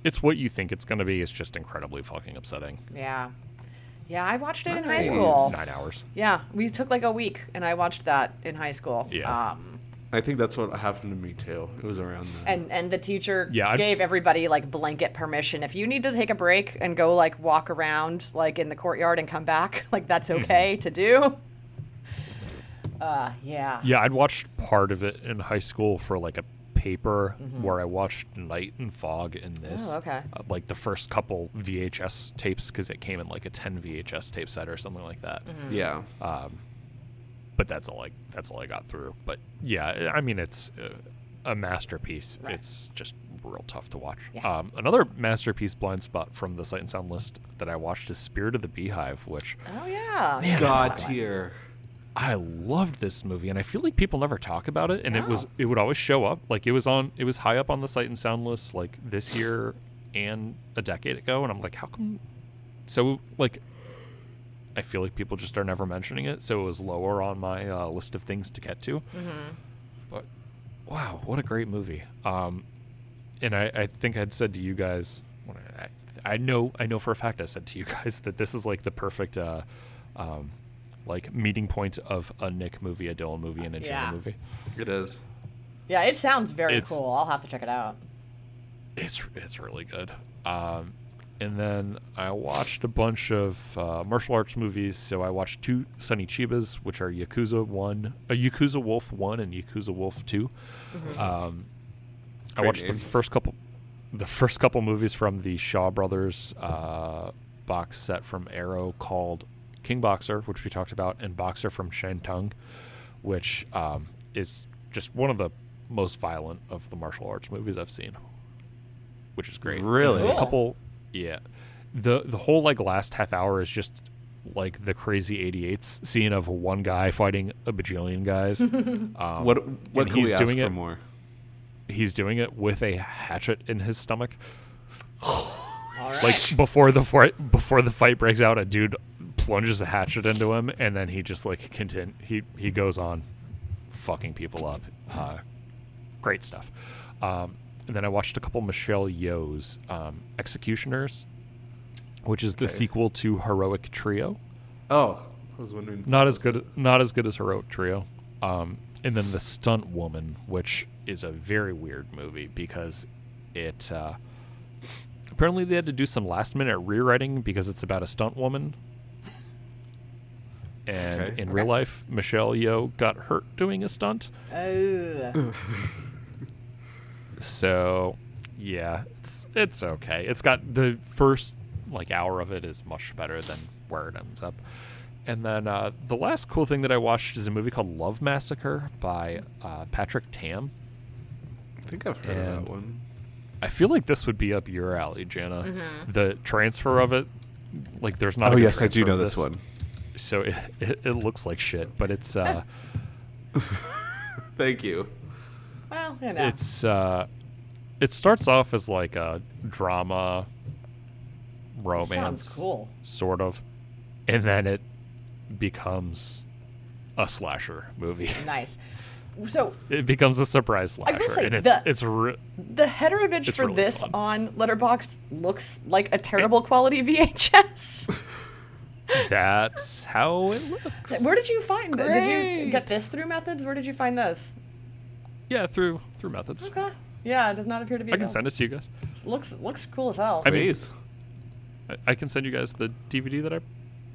Speaker 1: it's what you think it's going to be. It's just incredibly fucking upsetting.
Speaker 2: Yeah. Yeah, I watched it in high
Speaker 3: Nice.
Speaker 2: school.
Speaker 1: Nine hours.
Speaker 2: Yeah, we took like a week and I watched that in high school.
Speaker 1: Yeah.
Speaker 2: Um,
Speaker 3: I think that's what happened to me too. It was around then.
Speaker 2: and and the teacher
Speaker 1: Yeah, I-
Speaker 2: gave everybody like blanket permission if you need to take a break and go like walk around like in the courtyard and come back, like that's
Speaker 1: Mm-hmm.
Speaker 2: okay to do. Uh, yeah.
Speaker 1: Yeah, I'd watched part of it in high school for like a paper where I watched Night and Fog in this.
Speaker 2: Mm-hmm. Oh, okay.
Speaker 1: uh, like the first couple VHS tapes because it came in like a 10 VHS tape set or something like that.
Speaker 2: Mm-hmm.
Speaker 3: Mm. yeah.
Speaker 1: But that's all I that's all I got through. But yeah, I- I mean it's uh, a masterpiece.
Speaker 2: Right.
Speaker 1: It's just real tough to watch.
Speaker 2: Yeah.
Speaker 1: Um, another masterpiece blind spot from the Sight and Sound list that I watched is Spirit of the Beehive, which
Speaker 2: Oh yeah.
Speaker 3: God tier.
Speaker 1: I loved this movie, and I feel like people never talk about it. And it was
Speaker 2: No.
Speaker 1: it would always show up. Like it was on it was high up on the sight and sound list like this year and a decade ago. And I'm like, how come? So like, I feel like people just are never mentioning it. So it was lower on my uh, list of things to get to. But wow, what a great movie! Um, and I, I think I'd said to you guys, when I, I know I know for a fact I said to you guys that this is like the perfect, uh, um, like meeting point of a Nick movie, a Dylan movie, and a Jenna
Speaker 2: Yeah.
Speaker 1: movie.
Speaker 3: It is.
Speaker 2: Yeah, it sounds very
Speaker 1: It's-
Speaker 2: cool. I'll have to check it out.
Speaker 1: It's it's really good. Um, and then I watched a bunch of uh, martial arts movies. So I watched two Sunny Chibas, which are Yakuza One, uh, Yakuza Wolf One, and Yakuza Wolf 2 Um, I
Speaker 3: Great
Speaker 1: watched the
Speaker 3: names.
Speaker 1: first couple, the first couple movies from the Shaw Brothers uh, box set from Arrow called King Boxer, which we talked about, and Boxer from Shantung, which um, is just one of the most violent of the martial arts movies I've seen, which is great.
Speaker 3: Really?
Speaker 1: a
Speaker 2: Cool.
Speaker 1: couple, yeah. The the whole like last half hour is just like the crazy 88s scene of one guy fighting a bajillion guys.
Speaker 3: what what
Speaker 1: and
Speaker 3: can we
Speaker 1: he's
Speaker 3: ask
Speaker 1: doing
Speaker 3: for
Speaker 1: it-
Speaker 3: more?
Speaker 1: He's doing it with a hatchet in his stomach.
Speaker 2: All right.
Speaker 1: like before the fight before the fight breaks out a dude plunges a hatchet into him and then he just like content he he goes on fucking people up uh great stuff um and then i watched a couple michelle yeoh's um executioners which is the
Speaker 3: Okay.
Speaker 1: sequel to heroic trio
Speaker 3: Oh, I was wondering.
Speaker 1: not as good not as good as heroic trio um and then the stunt woman which is a very weird movie because it uh, apparently they had to do some last minute rewriting because it's about a stunt woman and
Speaker 3: Okay.
Speaker 1: in real life michelle yo got hurt doing a stunt
Speaker 2: Oh.
Speaker 1: so yeah it's it's okay it's got the first like hour of it is much better than where it ends up and then uh, the last cool thing that i watched is a movie called love massacre by uh, patrick tam
Speaker 3: I think I've heard of
Speaker 1: And-
Speaker 3: that one.
Speaker 1: I feel like this would be up your alley, Jana.
Speaker 2: Mm-hmm.
Speaker 1: The transfer of it, like there's not. a
Speaker 3: oh
Speaker 1: good
Speaker 3: yes, I do
Speaker 1: transfer
Speaker 3: know
Speaker 1: of
Speaker 3: this one.
Speaker 1: So it, it, it looks like shit, but it's uh,
Speaker 3: Thank you.
Speaker 2: Well, you know.
Speaker 1: it's uh, it starts off as like a drama,
Speaker 2: Sounds
Speaker 1: romance,
Speaker 2: cool.
Speaker 1: sort of, and then it becomes a slasher movie.
Speaker 2: Nice. So
Speaker 1: it becomes a surprise
Speaker 2: I will
Speaker 1: slasher,
Speaker 2: say
Speaker 1: and it's
Speaker 2: the-
Speaker 1: it's re-
Speaker 2: the header image
Speaker 1: It's
Speaker 2: for
Speaker 1: really
Speaker 2: this
Speaker 1: fun.
Speaker 2: on Letterboxd looks like a terrible quality VHS.
Speaker 1: that's how it looks.
Speaker 2: Where did you find that? Did you
Speaker 3: Great.
Speaker 2: get this through methods? Where did you find this?
Speaker 1: Yeah, through through methods.
Speaker 2: Okay. Yeah, it does not appear to be.
Speaker 1: I can send it to you guys.
Speaker 2: Looks looks cool as hell.
Speaker 1: I mean,
Speaker 3: Please.
Speaker 1: I- I can send you guys the DVD that I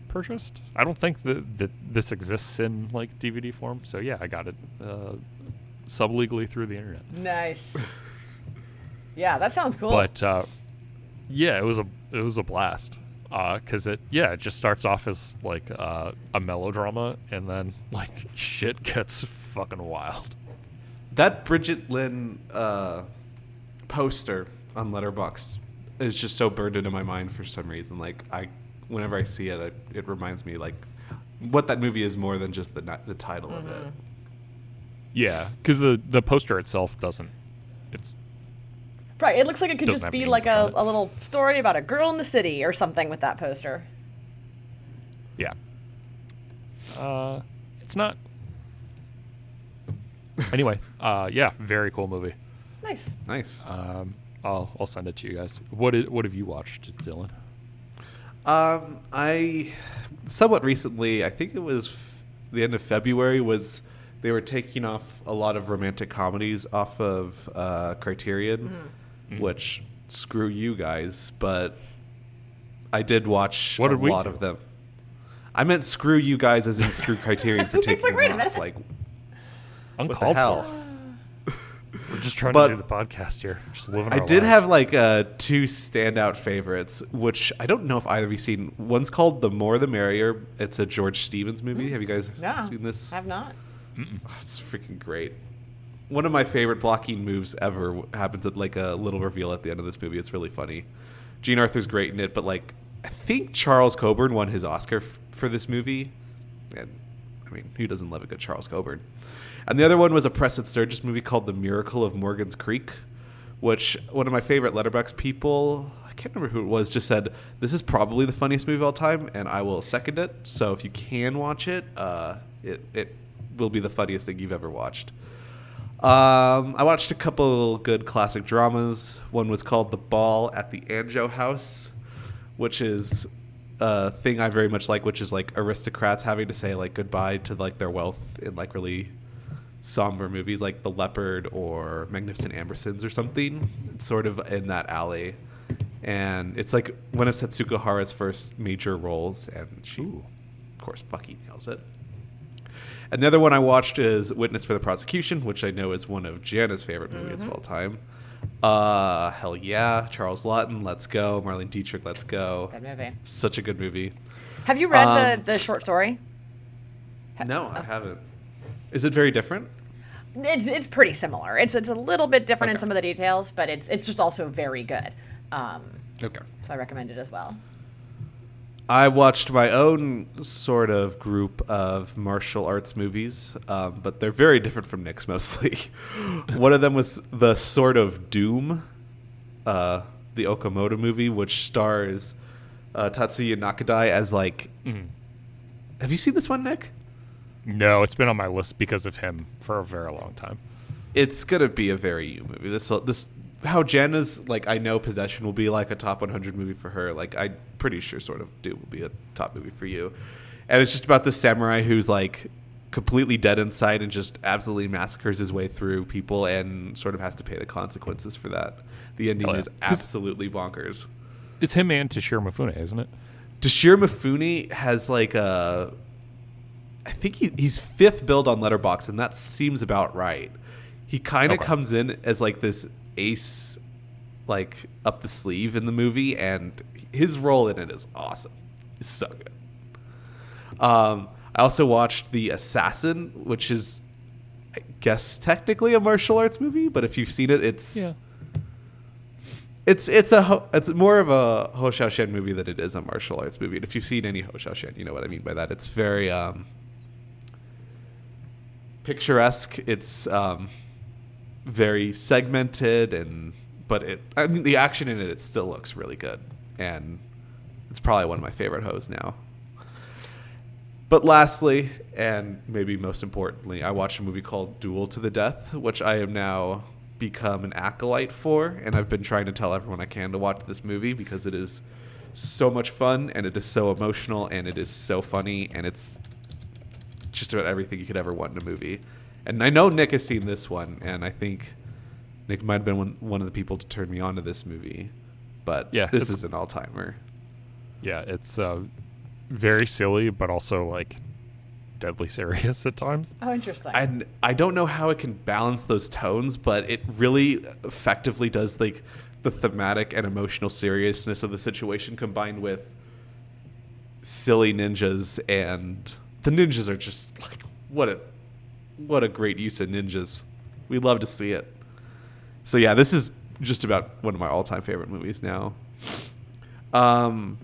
Speaker 1: purchased. I don't think that that this exists in like DVD form. So yeah, I got it uh, sublegally through the internet.
Speaker 2: nice. Yeah, that sounds cool.
Speaker 1: But uh, yeah, it was a it was a blast because it yeah it just starts off as like uh, a melodrama and then like shit gets fucking wild.
Speaker 3: That Bridget Lynn uh, poster on Letterbox is just so burned into my mind for some reason. Like I, whenever I see it, I, it reminds me like what that movie is more than just the ni- the title of it.
Speaker 1: Yeah, because the the poster itself doesn't. It's
Speaker 2: right, it looks like it could
Speaker 1: Doesn't
Speaker 2: just
Speaker 1: have
Speaker 2: be
Speaker 1: any
Speaker 2: like
Speaker 1: info
Speaker 2: a,
Speaker 1: on it.
Speaker 2: a little story about a girl in the city or something with that poster.
Speaker 1: yeah. Uh, it's not. anyway, uh, yeah, very cool movie.
Speaker 2: Nice.
Speaker 3: Nice.
Speaker 1: Um, I'll I'll send it to you guys. What i- what have you watched, Dylan?
Speaker 3: Um, I somewhat recently, I think it was f- the end of February, was they were taking off a lot of romantic comedies off of uh,
Speaker 2: Mm-hmm.
Speaker 3: Criterion,
Speaker 1: Mm-hmm.
Speaker 3: which screw you guys, but I did watch
Speaker 1: What
Speaker 3: a
Speaker 1: did we
Speaker 3: lot
Speaker 1: do?
Speaker 3: of them. I meant screw you guys as in screw Criterion for
Speaker 2: It's like,
Speaker 3: taking them
Speaker 2: wait a
Speaker 3: off.
Speaker 2: minute.
Speaker 3: Like what the
Speaker 1: Uncalled
Speaker 3: hell?
Speaker 1: for. We're just trying
Speaker 3: But-
Speaker 1: to do the podcast here. Just living.
Speaker 3: I
Speaker 1: our
Speaker 3: did
Speaker 1: lives.
Speaker 3: have like uh, two standout favorites, which I don't know if either of you seen. One's called "The More the Merrier." It's a George Stevens movie. Have you guys
Speaker 2: Yeah.
Speaker 3: seen this?
Speaker 2: I have not.
Speaker 3: It's freaking great. One of my favorite blocking moves ever w- happens at like a little reveal at the end of this movie. It's really funny. Gene Arthur's great in it, but like I think Charles Coburn won his Oscar f- for this movie, and I mean, who doesn't love a good Charles Coburn? And the other one was a Preston Sturges movie called The Miracle of Morgan's Creek, which one of my favorite Letterbox people, I can't remember who it was, just said this is probably the funniest movie of all time, and I will second it. So if you can watch it, uh, it it will be the funniest thing you've ever watched. Um, I watched a couple good classic dramas. One was called The Ball at the Anjo House, which is a thing I very much like, which is like aristocrats having to say like goodbye to like their wealth in like really somber movies like The Leopard or Magnificent Ambersons or something. It's sort of in that alley. And it's like one of Setsuko Hara's first major roles, and she, of course, fucking nails it. And the other one I watched is Witness for the Prosecution, which I know is one of Jana's favorite movies of all time. Uh, hell yeah. Charles Lawton, let's go. Marlene Dietrich, let's go.
Speaker 2: Good movie.
Speaker 3: Such a good movie.
Speaker 2: Have you read
Speaker 3: Um,
Speaker 2: the, the short story?
Speaker 3: No, I haven't. Is it very different?
Speaker 2: It's it's pretty similar. It's it's a little bit different in
Speaker 3: Okay.
Speaker 2: some of the details, but it's it's just also very good. Um,
Speaker 3: Okay.
Speaker 2: so I recommend it as well.
Speaker 3: I watched my own sort of group of martial arts movies, um, but they're very different from Nick's mostly. One of them was the sort of Doom, uh, the Okamoto movie, which stars uh, Tatsuya Nakadai as like. Have you seen this one, Nick?
Speaker 1: No, it's been on my list because of him for a very long time.
Speaker 3: It's gonna be a very you movie. This will- this how Jana's like I know Possession will be like a top 100 movie for her. Like I'm pretty sure sort of Doom will be a top movie for you. And it's just about this samurai who's like completely dead inside and just absolutely massacres his way through people and sort of has to pay the consequences for that. The ending
Speaker 1: Oh, yeah.
Speaker 3: is absolutely bonkers.
Speaker 1: It's him and Toshiro Mifune, isn't it?
Speaker 3: Dashir Mifune has like a. I think he, he's fifth build on Letterbox, and that seems about right. He kind of
Speaker 1: Okay.
Speaker 3: comes in as like this ace, like up the sleeve in the movie, and his role in it is awesome. It's so good. Um, I also watched The Assassin, which is, I guess, technically a martial arts movie, but if you've seen it, it's it's it's a ho- it's more of a Ho Shen movie than it is a martial arts movie. And if you've seen any Ho Shen, you know what I mean by that. It's very um, picturesque. It's um, very segmented, and but it I mean, the action in it it still looks really good, and it's probably one of my favorite hoes now. But lastly, and maybe most importantly, I watched a movie called Duel to the Death, which I am now become an acolyte for, and I've been trying to tell everyone I can to watch this movie because it is so much fun and it is so emotional and it is so funny and it's just about everything you could ever want in a movie. And I know Nick has seen this one, and I think Nick might have been one, one of the people to turn me on to this movie, but
Speaker 1: Yeah,
Speaker 3: this
Speaker 1: it's-
Speaker 3: is an all timer.
Speaker 1: Yeah, it's uh, very silly, but also like deadly serious at times.
Speaker 2: Oh, interesting.
Speaker 3: and I don't know how it can balance those tones, but it really effectively does like the thematic and emotional seriousness of the situation combined with silly ninjas and the ninjas are just like what a what a great use of ninjas. We love to see it. So yeah, this is just about one of my all-time favorite movies now. Um,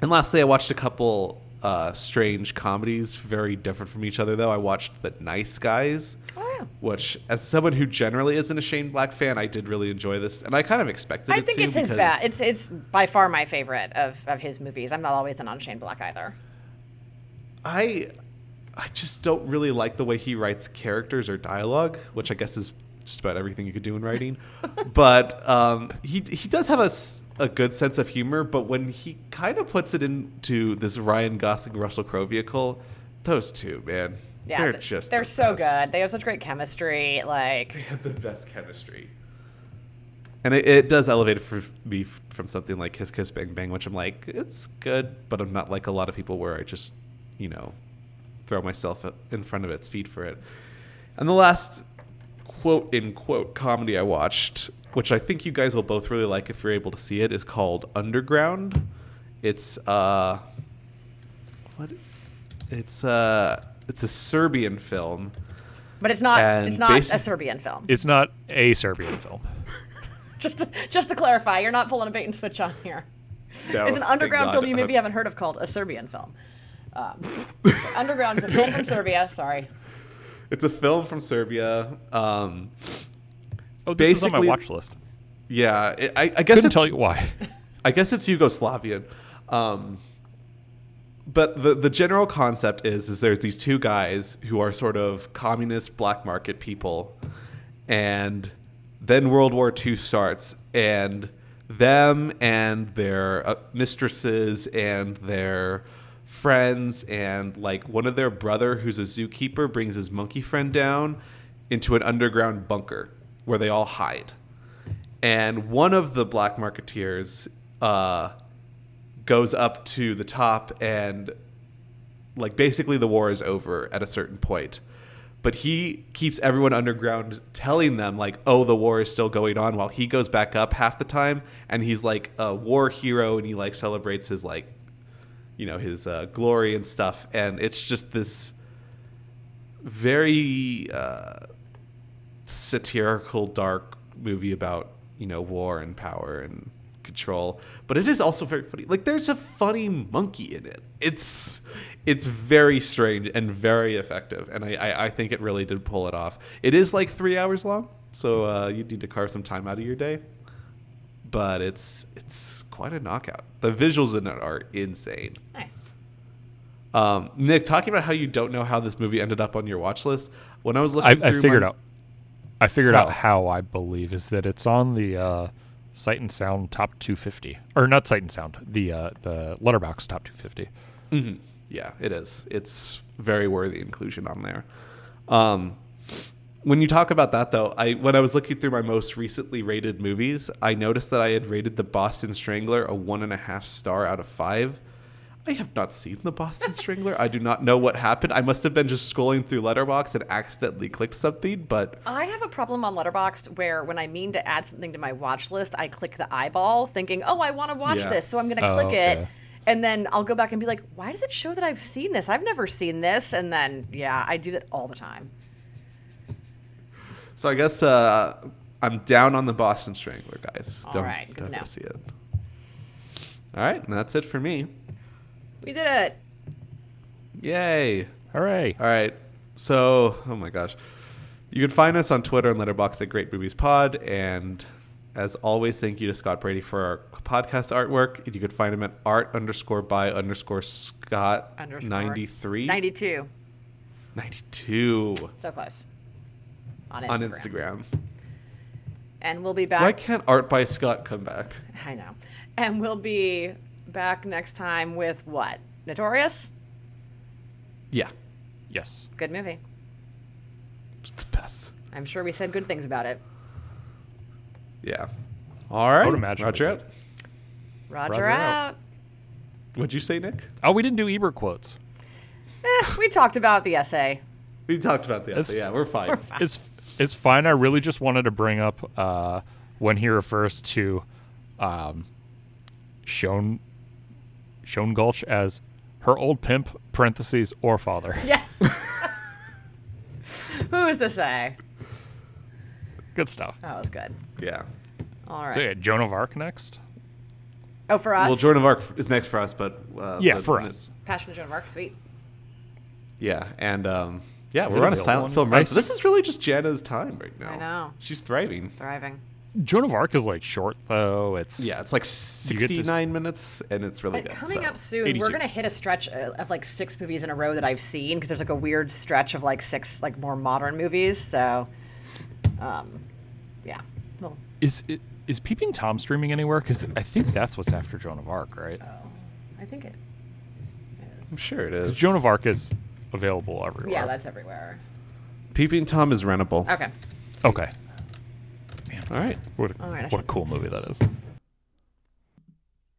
Speaker 3: and lastly, I watched a couple uh, strange comedies, very different from each other. Though I watched The Nice Guys,
Speaker 2: Oh, yeah.
Speaker 3: which, as someone who generally isn't a Shane Black fan, I did really enjoy this, and I kind of expected.
Speaker 2: I
Speaker 3: it
Speaker 2: think
Speaker 3: to
Speaker 2: it's his
Speaker 3: because-
Speaker 2: best. It's it's by far my favorite of, of his movies. I'm not always an on Shane Black either.
Speaker 3: I I just don't really like the way he writes characters or dialogue, which I guess is just about everything you could do in writing. but um, he he does have a, s- a good sense of humor, but when he kind of puts it into this Ryan Gosling Russell Crowe vehicle, those two man,
Speaker 2: Yeah,
Speaker 3: they're
Speaker 2: but
Speaker 3: just
Speaker 2: they're
Speaker 3: the
Speaker 2: so
Speaker 3: best.
Speaker 2: good. They have such great chemistry. Like
Speaker 3: They have the best chemistry. And it, it does elevate it for me f- from something like Kiss Kiss Bang Bang, which I'm like, it's good, but I'm not like a lot of people where I just, you know, throw myself in front of its feet for it. And the last quote in quote comedy I watched, which I think you guys will both really like if you're able to see it, is called Underground. It's uh what it's uh it's a Serbian film.
Speaker 2: but it's not
Speaker 3: And
Speaker 2: it's not
Speaker 3: basi-
Speaker 2: a Serbian film.
Speaker 1: It's not a Serbian film.
Speaker 2: just to, just to clarify, you're not pulling a bait and switch on here.
Speaker 3: No,
Speaker 2: it's an
Speaker 3: thank
Speaker 2: underground
Speaker 3: God.
Speaker 2: film you maybe
Speaker 3: Uh,
Speaker 2: haven't heard of called a Serbian film. Um, underground's a film from Serbia. Sorry.
Speaker 3: It's a film from Serbia. Um,
Speaker 1: Oh, this is on my
Speaker 3: Basically-
Speaker 1: watch list.
Speaker 3: yeah, it, I, I guess
Speaker 1: Couldn't
Speaker 3: it's,
Speaker 1: tell you why.
Speaker 3: I guess it's Yugoslavian. Um, but the the general concept is is there's these two guys who are sort of communist black market people, and then World War II starts, and them and their uh, mistresses and their friends and like one of their brother who's a zookeeper brings his monkey friend down into an underground bunker where they all hide and one of the black marketeers uh, goes up to the top and like basically the war is over at a certain point but he keeps everyone underground telling them like oh the war is still going on while he goes back up half the time and he's like a war hero and he like celebrates his like you know his uh, glory and stuff and it's just this very uh, satirical dark movie about you know war and power and control but it is also very funny like there's a funny monkey in it it's it's very strange and very effective and i i, I think it really did pull it off it is like three hours long so uh, you need to carve some time out of your day but it's it's quite a knockout the visuals in it are insane
Speaker 2: Nice.
Speaker 3: um, nick talking about how you don't know how this movie ended up on your watch list when i was
Speaker 1: I,
Speaker 3: looking
Speaker 1: I
Speaker 3: through
Speaker 1: figured
Speaker 3: my-
Speaker 1: out. I figured out
Speaker 3: How?
Speaker 1: how I believe is that it's on the uh, Sight and Sound top 250, or not Sight and Sound, the uh, the Letterbox top 250.
Speaker 3: Yeah, it is. It's very worthy inclusion on there. Um, when you talk about that though, I when I was looking through my most recently rated movies, I noticed that I had rated The Boston Strangler a one and a half star out of five. I have not seen The Boston Strangler. I do not know what happened. I must have been just scrolling through Letterbox and accidentally clicked something, but
Speaker 2: I have a problem on Letterboxd where when I mean to add something to my watch list, I click the eyeball thinking, oh, I want to watch
Speaker 3: Yeah.
Speaker 2: this, so I'm going to
Speaker 1: Oh,
Speaker 2: click
Speaker 1: okay.
Speaker 2: it. And then I'll go back and be like, why does it show that I've seen this? I've never seen this. And then, yeah, I do that all the time.
Speaker 3: so I guess uh, I'm down on The Boston Strangler, guys.
Speaker 2: All
Speaker 3: don't
Speaker 2: right, good to
Speaker 3: don't go
Speaker 2: know.
Speaker 3: see it. All right, and that's it for me.
Speaker 2: We did it.
Speaker 3: Yay!
Speaker 1: Hooray!
Speaker 3: All right. So, oh my gosh. You can find us on Twitter and Letterboxd at Great Movies Pod. And as always, thank you to Scott Brady for our podcast artwork. And you can find him at art underscore by underscore Scott
Speaker 2: Underscore.
Speaker 3: 93.
Speaker 2: 92.
Speaker 3: 92
Speaker 2: So close. On Instagram.
Speaker 3: on Instagram.
Speaker 2: And we'll be
Speaker 3: Why
Speaker 2: back.
Speaker 3: can't Art by Scott come back?
Speaker 2: I know. And we'll be back next time with what? Notorious?
Speaker 3: Yeah,
Speaker 1: Yes.
Speaker 2: Good movie.
Speaker 3: it's the best.
Speaker 2: I'm sure we said good things about it.
Speaker 3: Yeah. All right.
Speaker 1: would imagine
Speaker 3: Roger
Speaker 1: we
Speaker 3: out.
Speaker 1: did.
Speaker 2: Roger,
Speaker 1: Roger out.
Speaker 2: out.
Speaker 3: What'd you say, Nick?
Speaker 1: Oh, we didn't do Ebert quotes.
Speaker 2: Eh, we talked about the essay.
Speaker 3: We talked about the
Speaker 1: It's-
Speaker 3: essay. Yeah, we're fine.
Speaker 1: It's it's fine. I really just wanted to bring up uh, when he refers to um, Shone Shone Gulch as her old pimp parentheses or father
Speaker 2: Yes. Who's to say?
Speaker 1: good stuff
Speaker 2: That was good.
Speaker 3: Yeah.
Speaker 2: All right.
Speaker 1: so yeah joan of arc next
Speaker 2: Oh, for us.
Speaker 3: Well, Joan of Arc is next for us, but. Uh,
Speaker 1: yeah
Speaker 3: but-
Speaker 1: for us
Speaker 2: Passion of Joan of Arc. Sweet.
Speaker 3: Yeah, and um, yeah,
Speaker 1: Is it
Speaker 3: we're on a
Speaker 1: available
Speaker 3: silent
Speaker 1: on
Speaker 3: film run.
Speaker 1: ice?
Speaker 3: So this is really just Jana's time right now.
Speaker 2: I know.
Speaker 3: she's thriving.
Speaker 2: Thriving.
Speaker 1: joan of arc is like short though it's
Speaker 3: Yeah, it's like
Speaker 1: get to-
Speaker 3: sixty-nine minutes, and it's really
Speaker 2: But
Speaker 3: good.
Speaker 2: coming
Speaker 3: so.
Speaker 2: up soon,
Speaker 1: 82.
Speaker 2: we're gonna hit a stretch uh, of like six movies in a row that I've seen because there's like a weird stretch of like six like more modern movies. So, um, yeah, well,
Speaker 1: is it is peeping tom streaming anywhere because i think that's what's after joan of arc right
Speaker 2: I think it.
Speaker 3: I'm sure it is.
Speaker 1: joan of arc is available everywhere
Speaker 2: Yeah, that's everywhere.
Speaker 3: Peeping Tom is rentable.
Speaker 2: Okay.
Speaker 1: okay
Speaker 3: All right.
Speaker 1: what, a-
Speaker 2: All right, I
Speaker 1: what a
Speaker 2: should-
Speaker 1: cool movie that is